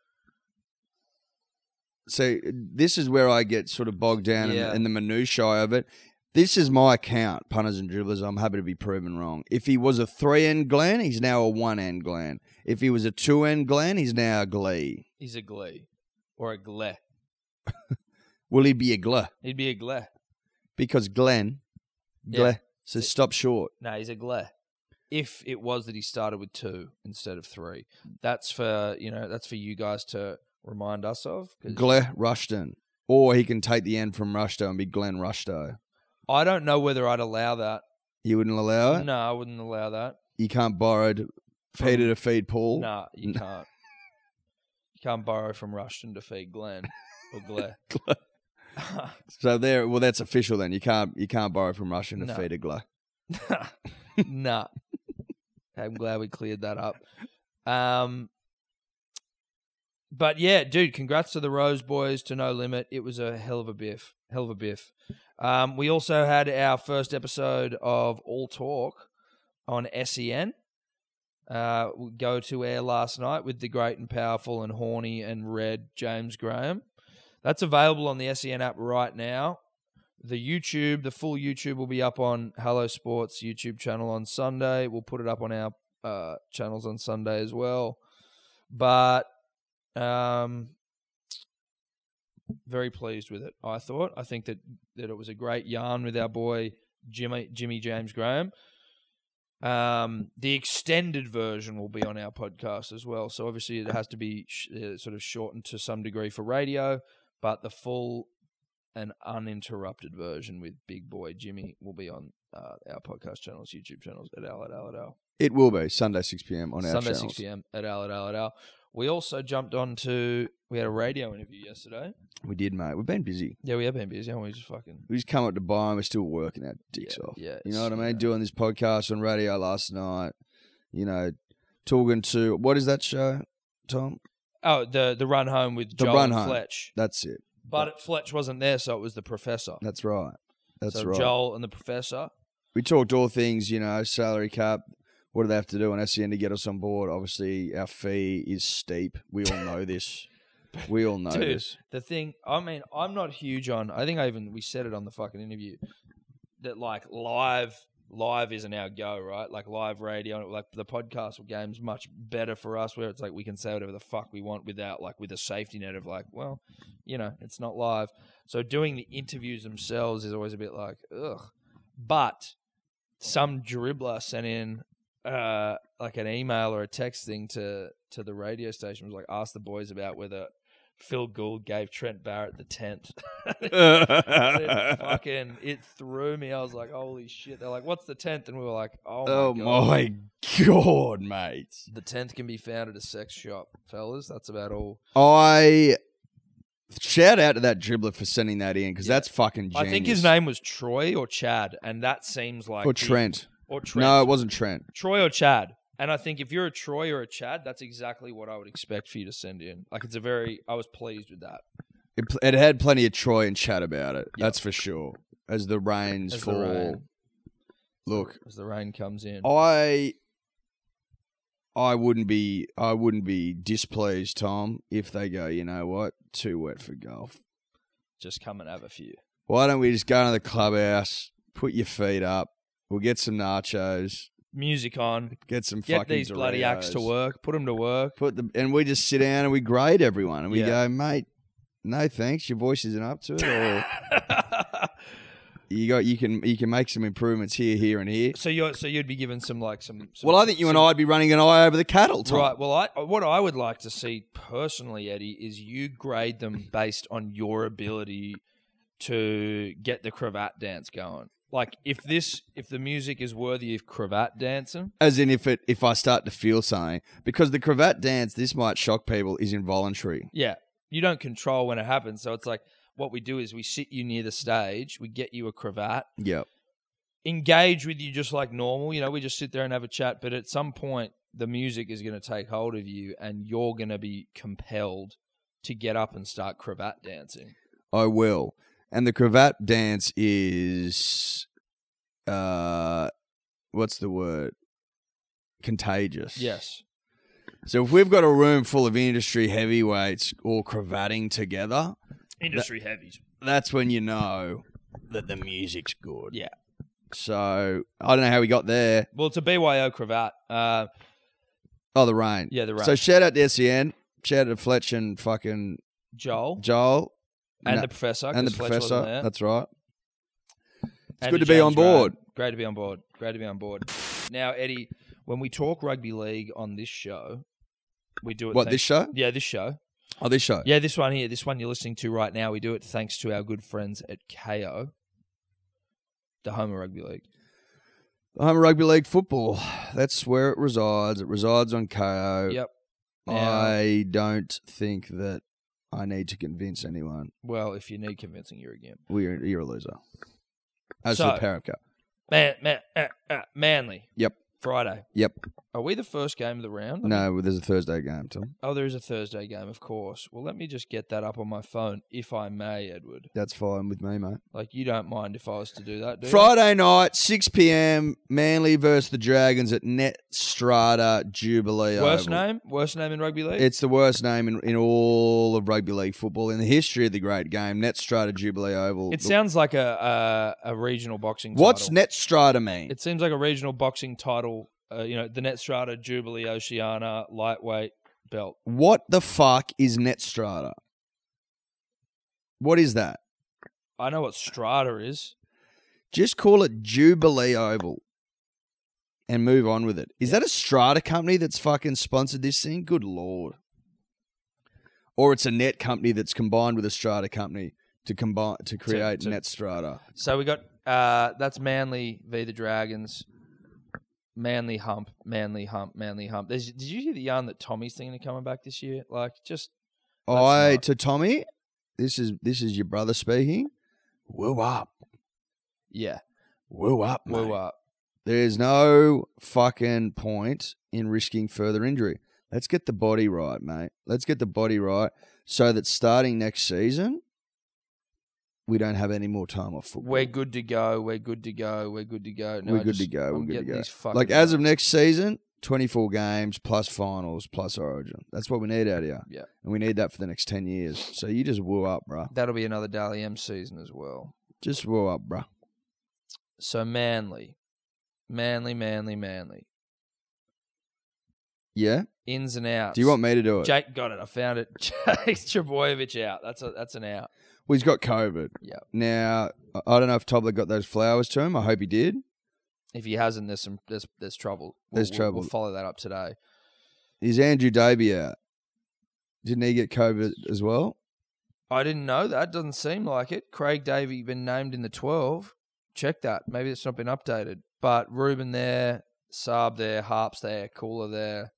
C: So this is where I get sort of bogged down in,
B: Yeah.
C: the, in the minutiae of it. This is my count, punters and dribblers. I'm happy to be proven wrong. If he was a three and Glenn, he's now a one and Glenn. If he was a two and Glenn, he's now a Glee.
B: He's a Glee or a Gle.
C: Will he be a Gle?
B: He'd be a Gle.
C: Because Glenn,
B: Yeah.
C: Gle, so stop short.
B: No, he's a Gle. If it was that he started with two instead of three, that's for you know that's for you guys to remind us of. 'cause
C: Gle Rushton. Or he can take the end from Rushto and be Glenn Rushto.
B: I don't know whether I'd allow that.
C: You wouldn't allow it?
B: No, I wouldn't allow that. Um, [LAUGHS]
C: You can't borrow to Peter to feed Paul.
B: No, you can't. You Can't borrow from Rushton to feed Glenn or [LAUGHS] Glare. [LAUGHS]
C: So there, well, that's official then. You can't you can't borrow from Russian to
B: No.
C: feed a glow.
B: nah. I'm glad we cleared that up. Um, but yeah, dude, congrats to the Rose Boys to No Limit. It was a hell of a biff. Hell of a biff. Um, we also had our first episode of All Talk on SEN. Uh, go to air last night with the great and powerful and horny and red James Graham. That's available on the SEN app right now the YouTube, the full YouTube will be up on Hello Sports YouTube channel on Sunday. We'll put it up on our uh, channels on Sunday as well. But um, very pleased with it. I thought. I think that that it was a great yarn with our boy Jimmy Jimmy James Graham. Um, the extended version will be on our podcast as well. So obviously it has to be sh- uh, sort of shortened to some degree for radio, but the full an uninterrupted version with Big Boy Jimmy will be on uh, our podcast channels, YouTube channels at Al at Al at Al.
C: It will be Sunday six p.m. on our
B: Sunday
C: channels.
B: 6 p.m. at Al at Al at Al. We also jumped on to we had a radio interview yesterday.
C: We did, mate. We've been busy.
B: Yeah, we have been busy. and We just fucking
C: We just come up to buy and we're still working our dicks
B: yeah,
C: off.
B: Yeah,
C: You know what I
B: it's-
C: mean? Doing this podcast on radio last night. You know, talking to what is that show, Tom?
B: Oh, the the run home with
C: The
B: Joel
C: run
B: and
C: home.
B: Fletch,
C: That's it.
B: but Fletch wasn't there, so it was the professor.
C: That's right. That's
B: so
C: right.
B: Joel and the professor.
C: we talked all things, you know, salary cap. What do they have to do on SEN to get us on board? Obviously, our fee is steep. We all know this. We all know
B: Dude. [LAUGHS]
C: this.
B: the thing i mean i'm not huge on i think i even we said it on the fucking interview that like live live isn't our go right like live radio like the podcast or games much better for us where it's like we can say whatever the fuck we want without like with a safety net of like well you know it's not live so doing the interviews themselves is always a bit like ugh but some dribbler sent in uh like an email or a text thing to to the radio station was like ask the boys about whether Phil Gould gave Trent Barrett the
C: [LAUGHS]
B: tenth. Oh It fucking it threw me. I was like, holy shit. They're like, what's the tenth? And we were like, oh my,
C: Oh
B: God.
C: my god, mate.
B: The tenth can be found at a sex shop, fellas. That's about all.
C: I shout out to that dribbler for sending that in because
B: Yeah.
C: that's fucking genius.
B: I think his name was Troy or Chad, and that seems like
C: or
B: the-
C: Trent.
B: or Trent.
C: No, it wasn't Trent.
B: Troy or Chad. And I think if you're a Troy or a Chad, that's exactly what I would expect for you to send in. Like it's a very I was pleased with that.
C: It, pl- it had plenty of Troy and chat about it. That's for sure. As the rains
B: As the
C: fall,
B: rain-
C: look,
B: as the rain comes in.
C: Oh. I I wouldn't be I wouldn't be displeased, Tom, if they go, you know what, too wet for golf.
B: Just come and have a few.
C: Why don't we just go to the clubhouse, put your feet up, we'll get some nachos,
B: Music on.
C: get some
B: Get
C: fucking
B: these bloody acts to
C: Doritos,
B: work. Put them to work.
C: Put the and we just sit down and we grade everyone and we
B: Yeah.
C: go, mate, no thanks, your voice isn't up to
B: [LAUGHS]
C: it, or you got you can you can make some improvements here, here, and here.
B: [LAUGHS] so you so you'd be given some like some. some
C: Well, I think you and I'd be running an eye over the cattle, Tom.
B: Right. Well, I what I would like to see personally, Eddie, is you grade them based on your ability to get the cravat dance going. Like if this if the music is worthy of cravat dancing,
C: As in, if it if I start to feel something, because the cravat dance, this might shock people, is involuntary.
B: yeah, you don't control when it happens. So it's like what we do is we sit you near the stage, we get you a cravat,
C: Yeah,
B: engage with you just like normal. You know, we just sit there and have a chat, but at some point, the music is going to take hold of you and you're going to be compelled to get up and start cravat dancing.
C: I will. And the cravat dance is, uh, what's the word? Contagious.
B: Yes.
C: So if we've got a room full of industry heavyweights all cravating together,
B: Industry heavies.
C: that's when you know that the music's good.
B: Yeah.
C: So I don't know how we got there.
B: Well, it's a BYO cravat. Uh,
C: Oh, the rain.
B: yeah, the right.
C: So shout out to SEN. Shout out to Fletch and fucking
B: Joel
C: Joel.
B: and
C: No.
B: the professor.
C: and the
B: 'cause Fletch wasn't
C: professor.
B: there.
C: That's right.
B: And
C: good to be
B: James
C: on
B: Graham.
C: board.
B: Great to be on board. Great to be on board. Now, Eddie, when we talk rugby league on this show, we do it.
C: What
B: thank-
C: this show?
B: Yeah, this show.
C: Oh, this show.
B: Yeah, this one here, this one you're listening to right now, we do it thanks to our good friends at KO, the home of rugby league.
C: I'm a rugby league football. That's where it resides. It resides on KO.
B: Yep. Now-
C: I don't think that I need to convince anyone.
B: Well, if you need convincing, you're a gimp.
C: We're, you're a loser. As
B: So-
C: the Parrot Cup.
B: Man, man, uh, uh, Manly.
C: Yep.
B: Friday.
C: Yep.
B: Are we the first game of the round?
C: No, there's a Thursday game, Tom.
B: Oh, there is a Thursday game, of course. Well, let me just get that up on my phone, if I may, Edward.
C: That's fine with me, mate.
B: Like, you don't mind if I was to do that, do you?
C: Friday night, 6 p.m. Manly versus the Dragons at Net Strata Jubilee.
B: Worst
C: Oval.
B: name? Worst name in rugby league?
C: [LAUGHS] It's the worst name in, in all of rugby league football in the history of the great game. Net Strata Jubilee Oval.
B: It sounds like a a, a regional boxing.
C: What's
B: title.
C: Net Strata mean?
B: It seems like a regional boxing title. Uh, you know, the Net Strata Jubilee Oceana lightweight belt.
C: what the fuck is Net Strata? What is that?
B: I know what Strata is.
C: Just call it Jubilee Oval and move on with it. Is that a Strata company that's fucking sponsored this thing? Good lord. Or it's a net company that's combined with a Strata company to combine to create
B: to-
C: Net Strata.
B: So we got uh, that's Manly v the Dragons. Manly hump, Manly hump, Manly hump. There's, did you hear the yarn that Tommy's thinking of coming back this year? Like, just That's
C: I
B: not-
C: to Tommy, this is this is your brother speaking. Woo up,
B: yeah,
C: woo up, mate.
B: woo up.
C: There's no fucking point in risking further injury. Let's get the body right, mate. Let's get the body right so that starting next season, we don't have any more time off football.
B: We're good to go. We're good to go. We're good to go. No,
C: We're
B: I
C: good to
B: just-
C: go, we're
B: I'm
C: good to
B: getting
C: go.
B: these fucking
C: like as of next season, 24 games plus finals plus Origin. That's what we need out of you.
B: Yeah.
C: and we need that for the next 10 years. So you just woo up, bruh.
B: that'll be another Daly M season as well.
C: Just woo up, bruh.
B: So Manly, Manly, Manly, Manly.
C: Yeah.
B: Ins and outs.
C: Do you want me to do it?
B: Jake got it. I found it. [LAUGHS] Jake Trebojevic out. That's a that's an out.
C: Well, he's got COVID.
B: Yeah.
C: Now I- I don't know if Tobler got those flowers to him. I hope he did.
B: If he hasn't, there's some there's there's trouble.
C: There's
B: we'll,
C: trouble.
B: We'll follow that up today.
C: Is Andrew Davy out? Didn't he get COVID as well?
B: I didn't know that. Doesn't seem like it. Craig Davey been named in the twelve. Check that. Maybe it's not been updated. But Ruben there, Saab there, Harps there, Cooler there,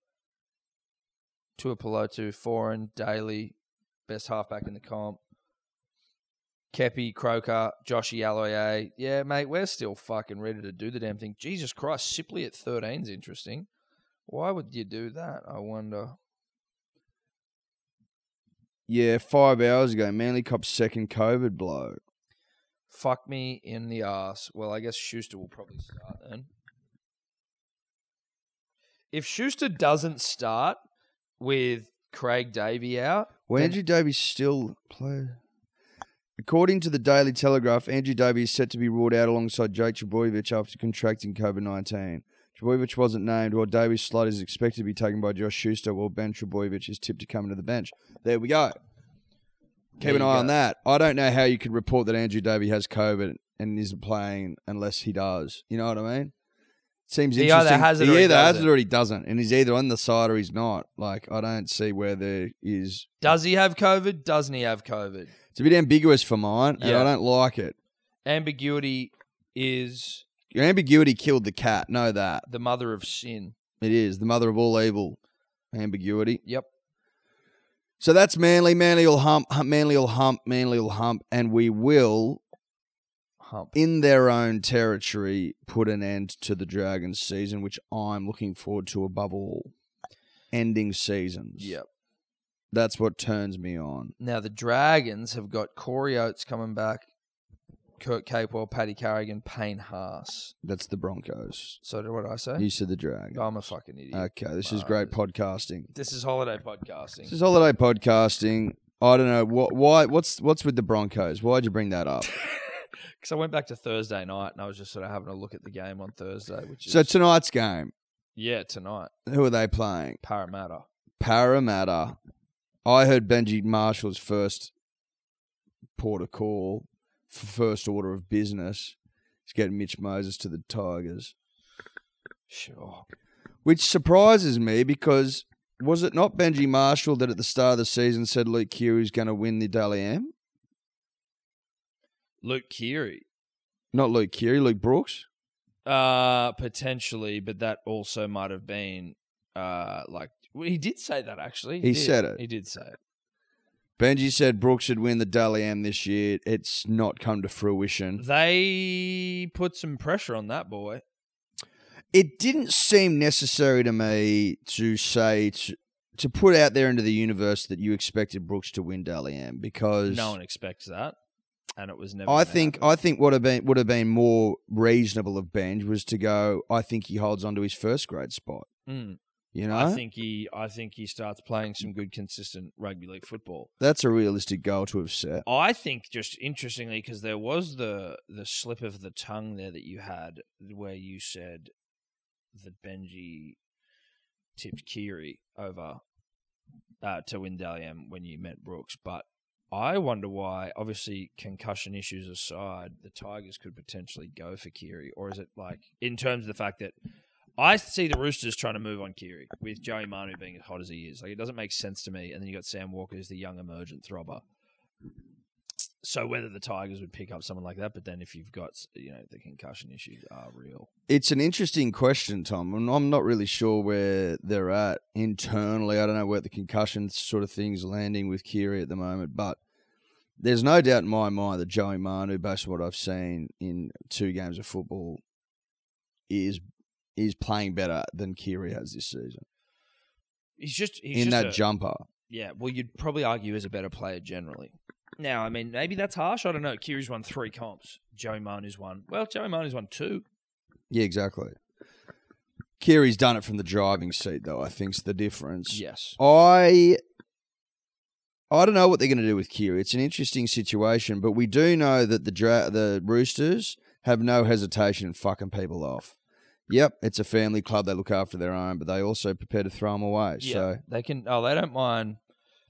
B: Tuapolotu, Foreign, Daly, best halfback in the comp. Kepi, Croker, Joshy Alloyer. Yeah, mate, we're still fucking ready to do the damn thing. Jesus Christ, Sipley at 13's interesting. Why would you do that? I wonder.
C: Yeah, five hours ago, Manly Cop's second COVID blow.
B: Fuck me in the ass. Well, I guess Schuster will probably start then. If Schuster doesn't start with Craig Davey out,
C: Well,
B: Then-
C: Andrew Davy still played. According to the Daily Telegraph, Andrew Davy is set to be ruled out alongside Jake Trebojevic after contracting COVID 19. Trebojevic wasn't named, while Davy's slot is expected to be taken by Josh Schuster, while Ben Trebojevic is tipped to come to the bench. There we go. Keep
B: There
C: an
B: you
C: eye on
B: go.
C: that. I don't know how you could report that Andrew Davy has COVID and isn't playing unless he does. You know what I mean? Seems
B: He either
C: interesting.
B: has it
C: he
B: or he
C: either has it
B: doesn't.
C: or he doesn't, and he's either on the side or he's not. Like I don't see where there is
B: does he have COVID? Doesn't he have COVID?
C: it's a bit ambiguous for mine, and
B: Yeah.
C: I don't like it.
B: Ambiguity is
C: Your ambiguity killed the cat. Know that.
B: the mother of sin.
C: It is the mother of all evil. Ambiguity.
B: Yep.
C: So that's manly. Manly will hump. hump manly will hump. Manly will hump. And we will,
B: Hump.
C: in their own territory, put an end to the Dragons season, which I'm looking forward to above all. Ending seasons.
B: Yep.
C: That's what turns me on.
B: Now the Dragons have got Corey Oates coming back, Kurt Capewell, Paddy Carrigan, Payne Haas.
C: That's the Broncos.
B: So what did I say?
C: You said the Dragons.
B: I'm a fucking idiot.
C: Okay, this is
B: Alright.
C: great podcasting.
B: This is holiday podcasting.
C: This is holiday podcasting. I don't know what why what's what's with the Broncos. Why'd you bring that up?
B: Because I went back to Thursday night and I was just sort of having a look at the game on Thursday, which is
C: So tonight's game,
B: yeah tonight
C: who are they playing?
B: Parramatta.
C: Parramatta. I heard Benji Marshall's first port of call, f- first order of business. He's getting Mitch Moses to the Tigers,
B: Sure.
C: which surprises me because was it not Benji Marshall that at the start of the season said Luke Keary's going to win the Daly M?
B: Luke Keary,
C: Not Luke Keary, Luke Brooks.
B: uh, potentially, but that also might have been uh, like well, he did say that actually.
C: He
B: did.
C: said it.
B: He did say it.
C: Benji said Brooks should win the Dally M this year. It's not come to fruition.
B: They put some pressure on that boy.
C: It didn't seem necessary to me to say to, to put out there into the universe that you expected Brooks to win Dally M because
B: No one expects that, and it was never.
C: I
B: gonna
C: think
B: happen.
C: I think what have been would have been more reasonable of Benj was to go. I think he holds on to his first grade spot.
B: Mm.
C: You know,
B: I think he. I think he starts playing some good, consistent rugby league football.
C: that's a realistic goal to have set.
B: I think just interestingly because there was the the slip of the tongue there that you had where you said that Benji tipped Kiri over uh, to win Dally M when you met Brooks, but I wonder why. Obviously, concussion issues aside, the Tigers could potentially go for Kiri, or is it like in terms of the fact that I see the Roosters trying to move on Kiri with Joey Manu being as hot as he is. Like it doesn't make sense to me. And then you got Sam Walker, who's the young emergent throbber. So whether the Tigers would pick up someone like that, but then if you've got you know the concussion issues are real.
C: It's an interesting question, Tom, and I'm not really sure where they're at internally. I don't know where the concussion sort of things landing with Kiri at the moment, but there's no doubt in my mind that Joey Manu, based on what I've seen in two games of football, is is playing better than Kiri has this season
B: He's just he's just
C: in that
B: a-
C: jumper.
B: Yeah, well, you'd probably argue as a better player generally. Now, I mean, maybe that's harsh. I don't know. Kiri's won three comps. Joey Manu's won. Well, Joey Manu's won two.
C: Yeah, exactly. Kiri's done it from the driving seat, though. I think's the difference.
B: Yes.
C: I I don't know what they're going to do with Kiri. It's an interesting situation, but we do know that the dra- the Roosters have no hesitation in fucking people off. Yep, it's a family club. They look after their own, but they also prepare to throw them away.
B: Yeah,
C: So
B: they can. Oh, they don't mind.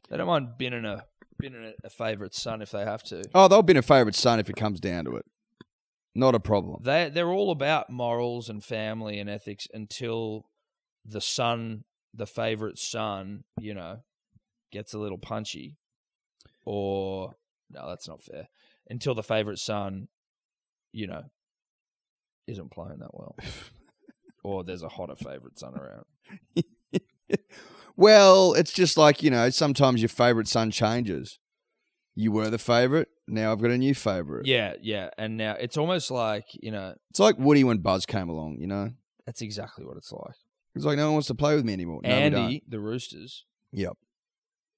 B: They don't mind binning a binning a, a favourite son if they have to.
C: oh, they'll be a favourite son if it comes down to it. Not a problem.
B: They they're all about morals and family and ethics until the son, the favorite son, you know, gets a little punchy, or no, that's not fair. Until the favorite son, you know, isn't playing that
C: [LAUGHS]
B: well, or there's a hotter favorite son around.
C: Well, it's just like you know. Sometimes your favourite son changes. You were the favourite. Now I've got a new favourite.
B: Yeah, yeah, and now it's almost like you know
C: It's like Woody when Buzz came along. You know,
B: that's exactly what it's like.
C: it's like no one wants to play with me anymore. No, we don't.
B: Andy, the Roosters,
C: Yep.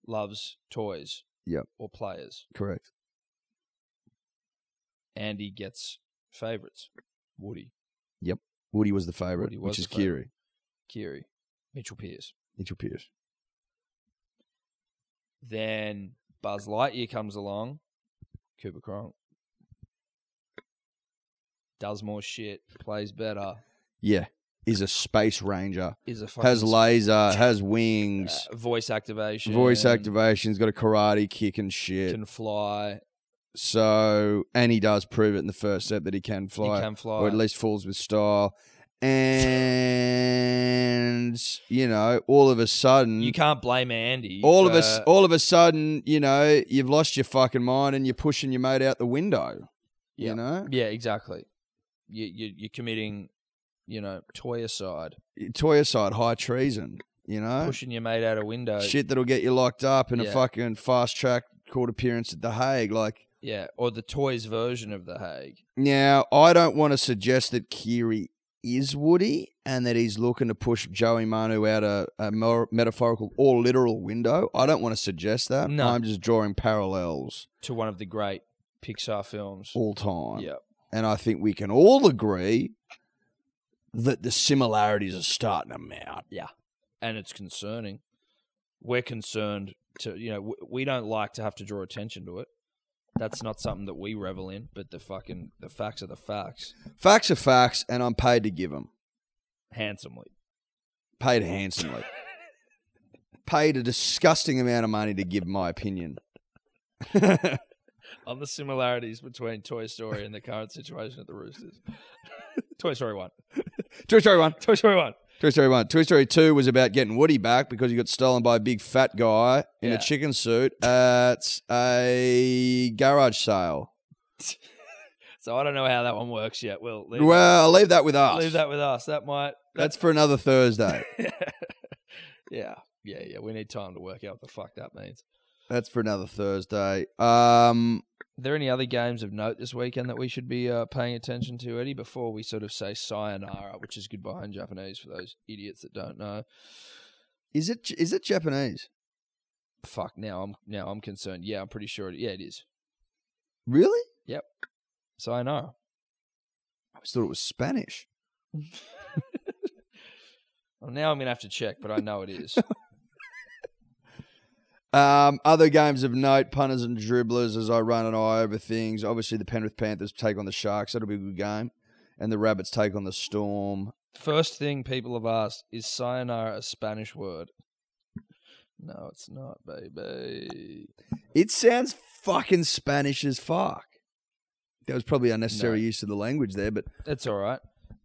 B: loves toys.
C: Yep.
B: or players.
C: Correct.
B: Andy gets favorites. Woody,
C: Woody was the favourite,
B: Woody was
C: which
B: the
C: is
B: favourite.
C: Kiri.
B: Kiri, Mitchell Pearce.
C: Mitchell Pearce.
B: Then Buzz Lightyear comes along. Cooper Cronk does more shit, plays better,
C: Yeah. Is a space ranger.
B: is a
C: Has
B: fucking
C: laser, has
B: uh,
C: wings,
B: voice activation,
C: voice activation's got a karate kick and shit.
B: can fly,
C: so and he does prove it in the first step that he can fly.
B: he can fly.
C: Or at least falls with style. And you know, all of a sudden
B: you can't blame Andy. uh,
C: all of
B: for-
C: us all of a sudden, you know, you've lost your fucking mind and you're pushing your mate out the window.
B: Yeah.
C: You know?
B: yeah, exactly. You, you you're committing, you know, toy aside,
C: Toy aside, high treason, you know?
B: pushing your mate out a window.
C: shit that'll get you locked up in
B: Uh, Yeah.
C: a fucking fast track court appearance at The Hague. Like,
B: Yeah, or the toys version of the Hague.
C: now, I don't want to suggest that Kiri is Woody and that he's looking to push Joey Manu out a, a mor- metaphorical or literal window. I don't want to suggest that.
B: No.
C: I'm just drawing parallels
B: to one of the great Pixar films.
C: all time.
B: Yeah,
C: And I think we can all agree that the similarities are starting to mount.
B: and it's concerning. We're concerned to you know w- we don't like to have to draw attention to it. That's not something that we revel in, but the fucking the facts are the facts,
C: Facts are facts, and I'm paid to give them.
B: handsomely.
C: Paid handsomely. paid a disgusting amount of money to give my opinion. [LAUGHS]
B: On the similarities between Toy Story and the current situation at the Roosters. [LAUGHS] Toy Story one,
C: Toy Story 1.
B: Toy Story one.
C: Toy Story 1. Toy Story 2 was about getting Woody back because he got stolen by a big fat guy in
B: Yeah.
C: a chicken suit at a garage sale.
B: So I don't know how that one works yet. We'll leave,
C: Well, leave that with us.
B: leave that with us. That might
C: That's for another Thursday.
B: [LAUGHS] Yeah, yeah, yeah. We need time to work out what the fuck that means.
C: That's for another Thursday. Um,
B: Are there any other games of note this weekend that we should be uh, paying attention to, Eddie, before we sort of say sayonara, which is goodbye in Japanese for those idiots that don't know?
C: is it is it Japanese?
B: Fuck. Now I'm now I'm concerned. Yeah, I'm pretty sure. It, yeah, it is
C: Really?
B: sayonara.
C: I always thought it was Spanish.
B: Well, now I'm gonna have to check, but I know it is.
C: Um, other games of note, punters and dribblers, as I run an eye over things. Obviously, the Penrith Panthers take on the Sharks. That'll be a good game. And the Rabbits take on the Storm.
B: First thing people have asked is sayonara a Spanish word? No, it's not, baby.
C: It sounds fucking Spanish as fuck. That was probably unnecessary
B: No.
C: use of the language there, but
B: It's all right.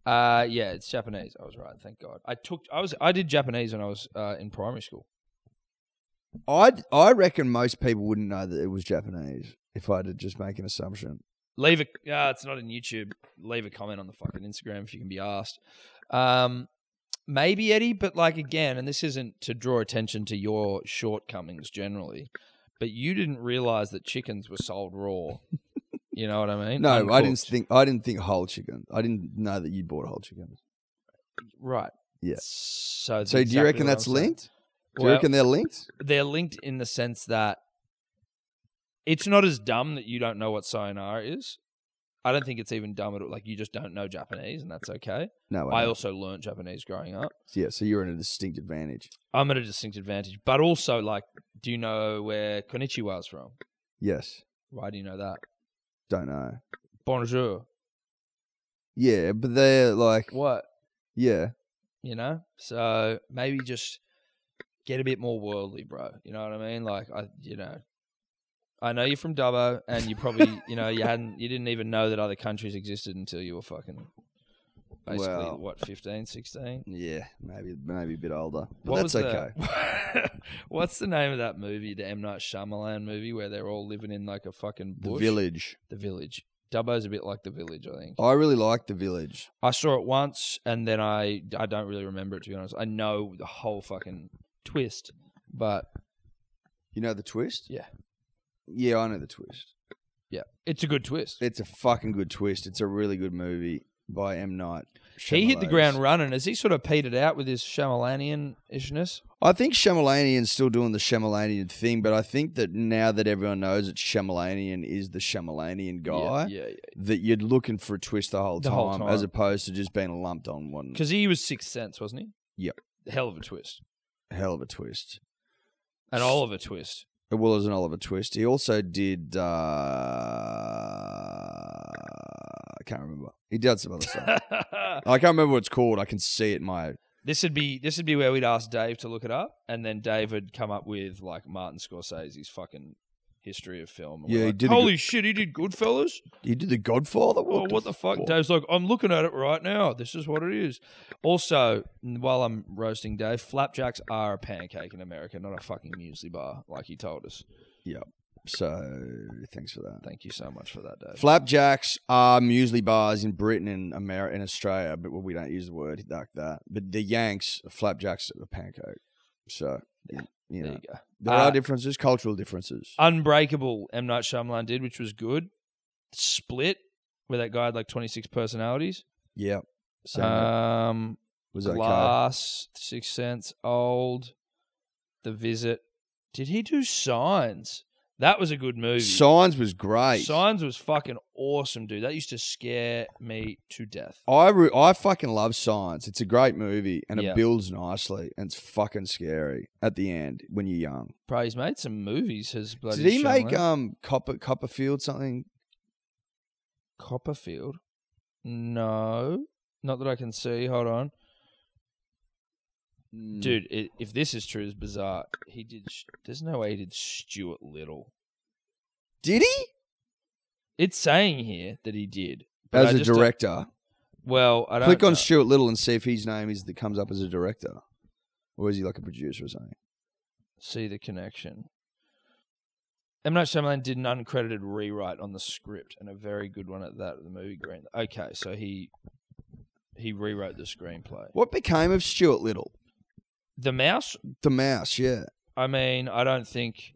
B: Uh, yeah, it's Japanese. I was right. Thank God. I took. I was. I did Japanese when I was uh, in primary school.
C: I I reckon most people wouldn't know that it was Japanese if I did just make an assumption.
B: Leave a. Uh, it's not in YouTube. Leave a comment on the fucking Instagram if you can be asked. Um, maybe Eddie, but like again, and this isn't to draw attention to your shortcomings generally, but you didn't realize that chickens were sold raw. you know what I mean?
C: No, I didn't
B: Uncooked.
C: think I didn't think whole chicken. I didn't know that you bought whole chicken.
B: Right.
C: Yeah.
B: So, that's
C: So do you
B: exactly
C: reckon
B: what I'm
C: that's
B: saying.
C: linked? Do you
B: Well,
C: reckon they're linked?
B: they're linked in the sense that it's not as dumb that you don't know what sayonara is. I don't think it's even dumb at all. Like you just don't know Japanese, and that's okay.
C: No, I
B: I
C: don't.
B: also learned Japanese growing up.
C: yeah. So you're in a distinct advantage.
B: I'm at a distinct advantage, but also like, do you know where konnichiwa is from?
C: Yes,
B: Why do you know that?
C: don't know.
B: Bonjour.
C: Yeah, but they're like
B: What?
C: yeah.
B: You know? So maybe just get a bit more worldly, bro. You know what I mean? Like I, you know, I know you're from Dubbo, and you probably, you know, you hadn't, you didn't even know that other countries existed until you were fucking, basically,
C: Well.
B: what, 15, 16?
C: Yeah, maybe maybe a bit older. But
B: What
C: that's
B: was
C: okay.
B: The, [LAUGHS] what's the name of that movie, the M Night Shyamalan movie, where they're all living in like a fucking
C: The
B: bush?
C: village.
B: The village. Dubbo's a bit like the village, I think.
C: I really like the village.
B: I saw it once, and then I I don't really remember it to be honest. I know the whole fucking twist, but
C: You know the twist?
B: Yeah.
C: Yeah, I know the twist.
B: yeah, it's a good twist.
C: It's a fucking good twist. It's a really good movie by M Night.
B: He hit the
C: Shyamalan's.
B: ground running. Has he sort of petered out with his Shyamalanian ishness?
C: I think Shyamalanian's still doing the Shyamalanian thing, but I think that now that everyone knows that Shyamalanian is the Shyamalanian guy,
B: Yeah, yeah.
C: that you're looking for a twist the whole,
B: The
C: time,
B: whole
C: as
B: time.
C: opposed to just being lumped on one
B: Because he was Sixth Sense, wasn't he?
C: Yep.
B: Hell of a twist.
C: hell of a twist.
B: An Oliver twist.
C: Well, as an Oliver Twist, he also did. Uh, I can't remember. He did some other
B: [LAUGHS]
C: stuff. I can't remember what it's called. I can see it in my
B: this would be this would be where we'd ask Dave to look it up, and then Dave would come up with like Martin Scorsese's fucking history of film. and we're
C: Yeah, he
B: like,
C: did a
B: Holy shit, he did Goodfellas.
C: You did the Godfather?
B: Well, Oh, what, the fuck? Dave's like, I'm looking at it right now. This is what it is. Also, n- while I'm roasting Dave, flapjacks are a pancake in America, not a fucking muesli bar, like he told us.
C: So thanks for that.
B: Thank you so much for that, Dave.
C: Flapjacks are muesli bars in Britain and America and Australia, but well, we don't use the word like that. But the Yanks, flapjacks are pancake. So you,
B: there you
C: you know,
B: go.
C: there
B: Uh,
C: are differences, cultural differences.
B: Unbreakable, M. Night Shyamalan did, which was good. Split, where that guy had like 26 personalities.
C: yeah, so
B: Um,
C: was okay.
B: Glass, Sixth Sense, Old, The Visit. Did he do Signs? That was a good movie.
C: Signs was great.
B: Signs was fucking awesome, dude. That used to scare me to death.
C: I re- I fucking love Signs. It's a great movie and
B: Yeah.
C: it builds nicely and it's fucking scary at the end when you're young.
B: Bro, he's made some movies. His bloody
C: Did he make
B: Shyamalan.
C: um Copper Copperfield something?
B: Copperfield? No, not that I can see. Hold on,
C: Hmm. Mm.
B: dude. i if this is true, it's bizarre. He did. sh- There's no way he did Stuart Little.
C: Did he?
B: It's saying here that he did but I
C: As a
B: just don't-
C: director.
B: Well, I don't
C: Click on
B: know.
C: Stuart Little and see if his name is that comes up as a director, or is he like a producer or something?
B: see the connection. M. Night Shyamalan did an uncredited rewrite on the script, and a very good one at that. The movie Green. Okay, so he he rewrote the screenplay.
C: What became of Stuart Little?
B: the mouse.
C: The mouse, yeah.
B: I mean, I don't think.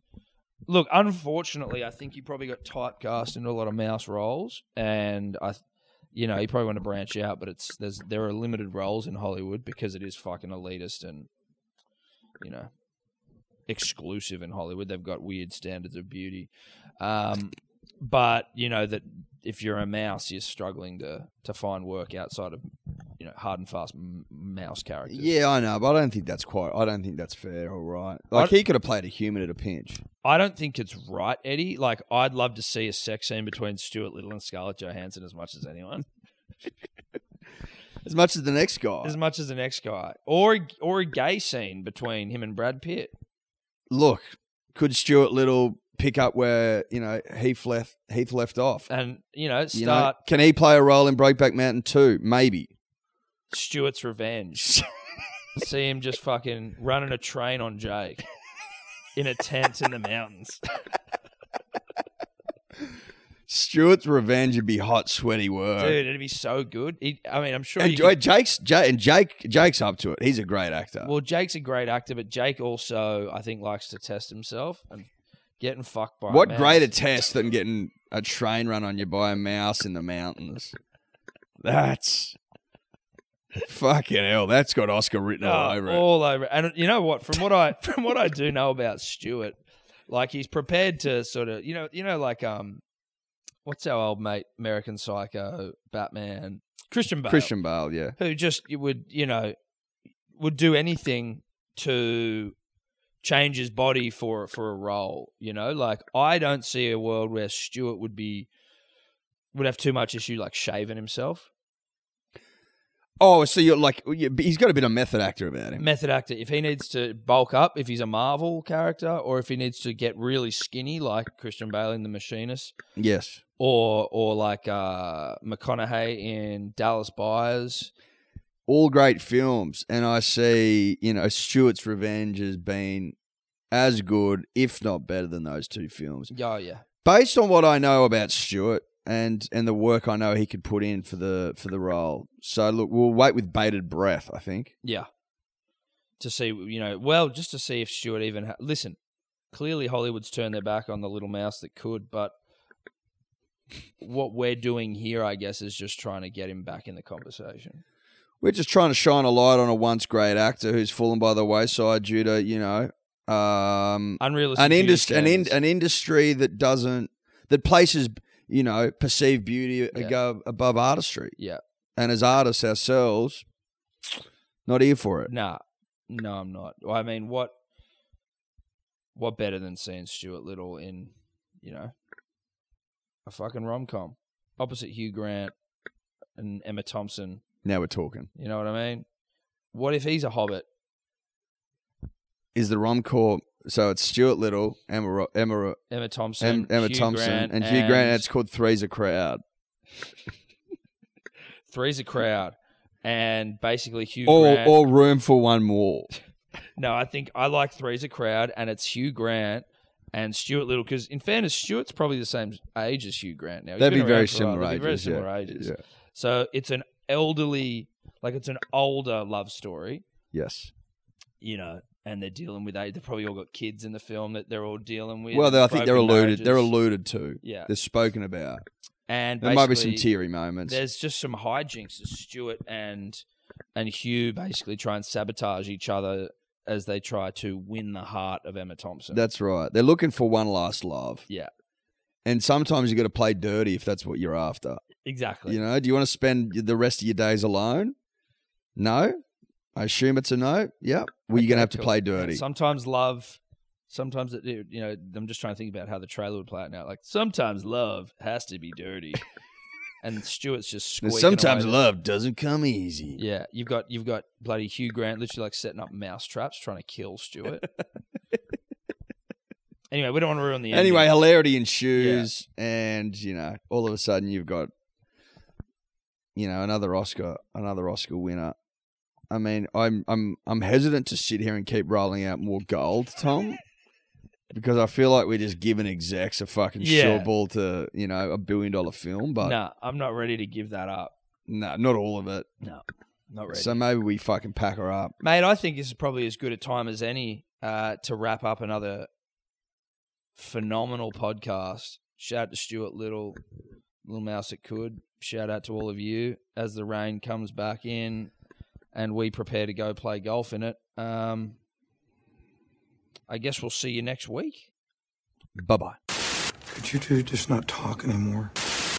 B: Look, unfortunately, I think he probably got typecast into a lot of mouse roles, and I, th- you know, he probably want to branch out, but it's there's there are limited roles in Hollywood because it is fucking elitist and, you know, exclusive in Hollywood. They've got weird standards of beauty, um, but you know that if you're a mouse, you're struggling to to find work outside of you know hard and fast m- mouse characters.
C: Yeah, I know, but I don't think that's quite. I don't think that's fair or right. Like he could have played a human at a pinch.
B: I don't think it's right, Eddie. Like, I'd love to see a sex scene between Stuart Little and Scarlett Johansson as much as anyone,
C: As much as the next guy.
B: as much as the next guy, or a- or a gay scene between him and Brad Pitt.
C: Look, could Stuart Little pick up where you know Heath left? Heath left off.
B: And you know, start
C: You know, can he play a role in Breakback Mountain too? Maybe.
B: Stuart's
C: [LAUGHS]
B: revenge. see him just fucking running a train on Jake in a tent in the
C: [LAUGHS]
B: mountains.
C: Stuart's revenge would be hot, sweaty work.
B: Dude, it'd be so good. He, I mean, I'm sure.
C: and
B: you
C: Ja-
B: could-
C: Jake's Ja- and Jake Jake's up to it. He's a great actor.
B: Well, Jake's a great actor, but Jake also, I think, likes to test himself and getting fucked by. a
C: what
B: mouse.
C: greater test than getting a train run on you by a mouse in the mountains? That's fucking hell. That's got Oscar written all
B: Oh,
C: over it.
B: all over it. And you know what? From what I [LAUGHS] from what I do know about Stewart, like he's prepared to sort of you know you know like um, what's our old mate American Psycho Batman Christian Bale
C: Christian Bale, yeah.
B: who just would you know would do anything to change his body for for a role. You know, like I don't see a world where Stewart would be would have too much issue like shaving himself.
C: Oh, so you're like yeah, but he's got a bit of method actor about him.
B: method actor if he needs to bulk up if he's a marvel character or if he needs to get really skinny like christian bale in the machinist
C: Yes.
B: or or like uh mcconaughey in dallas buyers
C: All great films, and I see you know Stewart's Revenge has been as good, if not better, than those two films.
B: oh yeah
C: based on what I know about Stewart and and the work I know he could put in for the for the role. So look, we'll wait with bated breath. I think.
B: yeah to see you know well just to see if stewart even ha- listen clearly hollywood's turned their back on the little mouse that could but what we're doing here i guess is just trying to get him back in the conversation
C: We're just trying to shine a light on a once great actor who's fallen by the wayside due to you know um,
B: unrealistic
C: an
B: beauty
C: industry an, in-
B: standards.
C: an industry that doesn't that places you know perceived beauty
B: Yeah.
C: ago, above artistry.
B: Yeah.
C: and as artists ourselves, not here for it.
B: Nah, no, I'm not. Well, I mean, what what better than seeing Stuart Little in, you know, a fucking rom com opposite Hugh Grant and Emma Thompson.
C: Now we're talking.
B: You know what I mean? What if he's a hobbit?
C: Is the rom com? So it's Stuart Little, Emma, Ro- Emma, Ro-
B: Emma Thompson,
C: Em, Emma
B: Hugh
C: Thompson
B: Grant,
C: and Hugh Grant. It's called Three's a Crowd.
B: three's a crowd, and basically Hugh
C: Or,
B: Grant.
C: or Room for One
B: [LAUGHS]
C: More.
B: No, I think I like three's a crowd, and it's Hugh Grant and Stuart Little. Because in fairness, Stuart's probably the same age as Hugh Grant now. He's
C: They'd be
B: been around
C: very
B: for a while.
C: similar
B: They'd
C: ages.
B: be very
C: yeah.
B: similar ages.
C: Yeah.
B: So it's an elderly, like it's an older love story,
C: Yes.
B: you know, and they're dealing with they They've probably all got kids in the film that they're all dealing with.
C: Well, they- I think they're
B: broken
C: alluded. They're
B: marriages.
C: alluded to.
B: Yeah,
C: They're spoken about.
B: and
C: There might be some
B: basically,
C: teary moments.
B: There's just some hijinks as Stuart and and Hugh basically try and sabotage each other as they try to win the heart of Emma Thompson.
C: That's right. They're looking for one last love.
B: Yeah.
C: And sometimes you got to play dirty if that's what you're after.
B: exactly.
C: You know, do you want to spend the rest of your days alone? No. I assume it's a no. Yeah. Well, you're
B: Okay,
C: gonna have to
B: cool.
C: play dirty.
B: Sometimes love, sometimes it, you know. I'm just trying to think about how the trailer would play out now. Like sometimes love has to be
C: [LAUGHS]
B: dirty, and Stuart's just
C: And
B: squeaking.
C: sometimes
B: away.
C: love doesn't come easy.
B: Yeah, you've got you've got bloody Hugh Grant literally like setting up mouse traps trying to kill
C: [LAUGHS]
B: Stuart. anyway, we don't want to ruin the ending.
C: anyway, [LAUGHS] hilarity ensues, and you know, all of a sudden you've got, you know, another Oscar, another Oscar winner. I mean, I'm I'm I'm hesitant to sit here and keep rolling out more gold, Tom, because I feel like we're just giving execs a fucking
B: Yeah.
C: short ball to you know a billion dollar film, but
B: nah, I'm not ready to give that up.
C: no, not all of it.
B: No.
C: Not ready.
B: So maybe we fucking pack her up.
C: Mate, I think this is probably as good a time as any uh, to wrap up another phenomenal podcast. Shout out to Stuart Little, Little Mouse It Could. Shout out to all of you as the rain comes back in and we prepare to go play golf in it. Um, I guess we'll see you next week.
B: Bye bye.
D: Could you two just not talk anymore?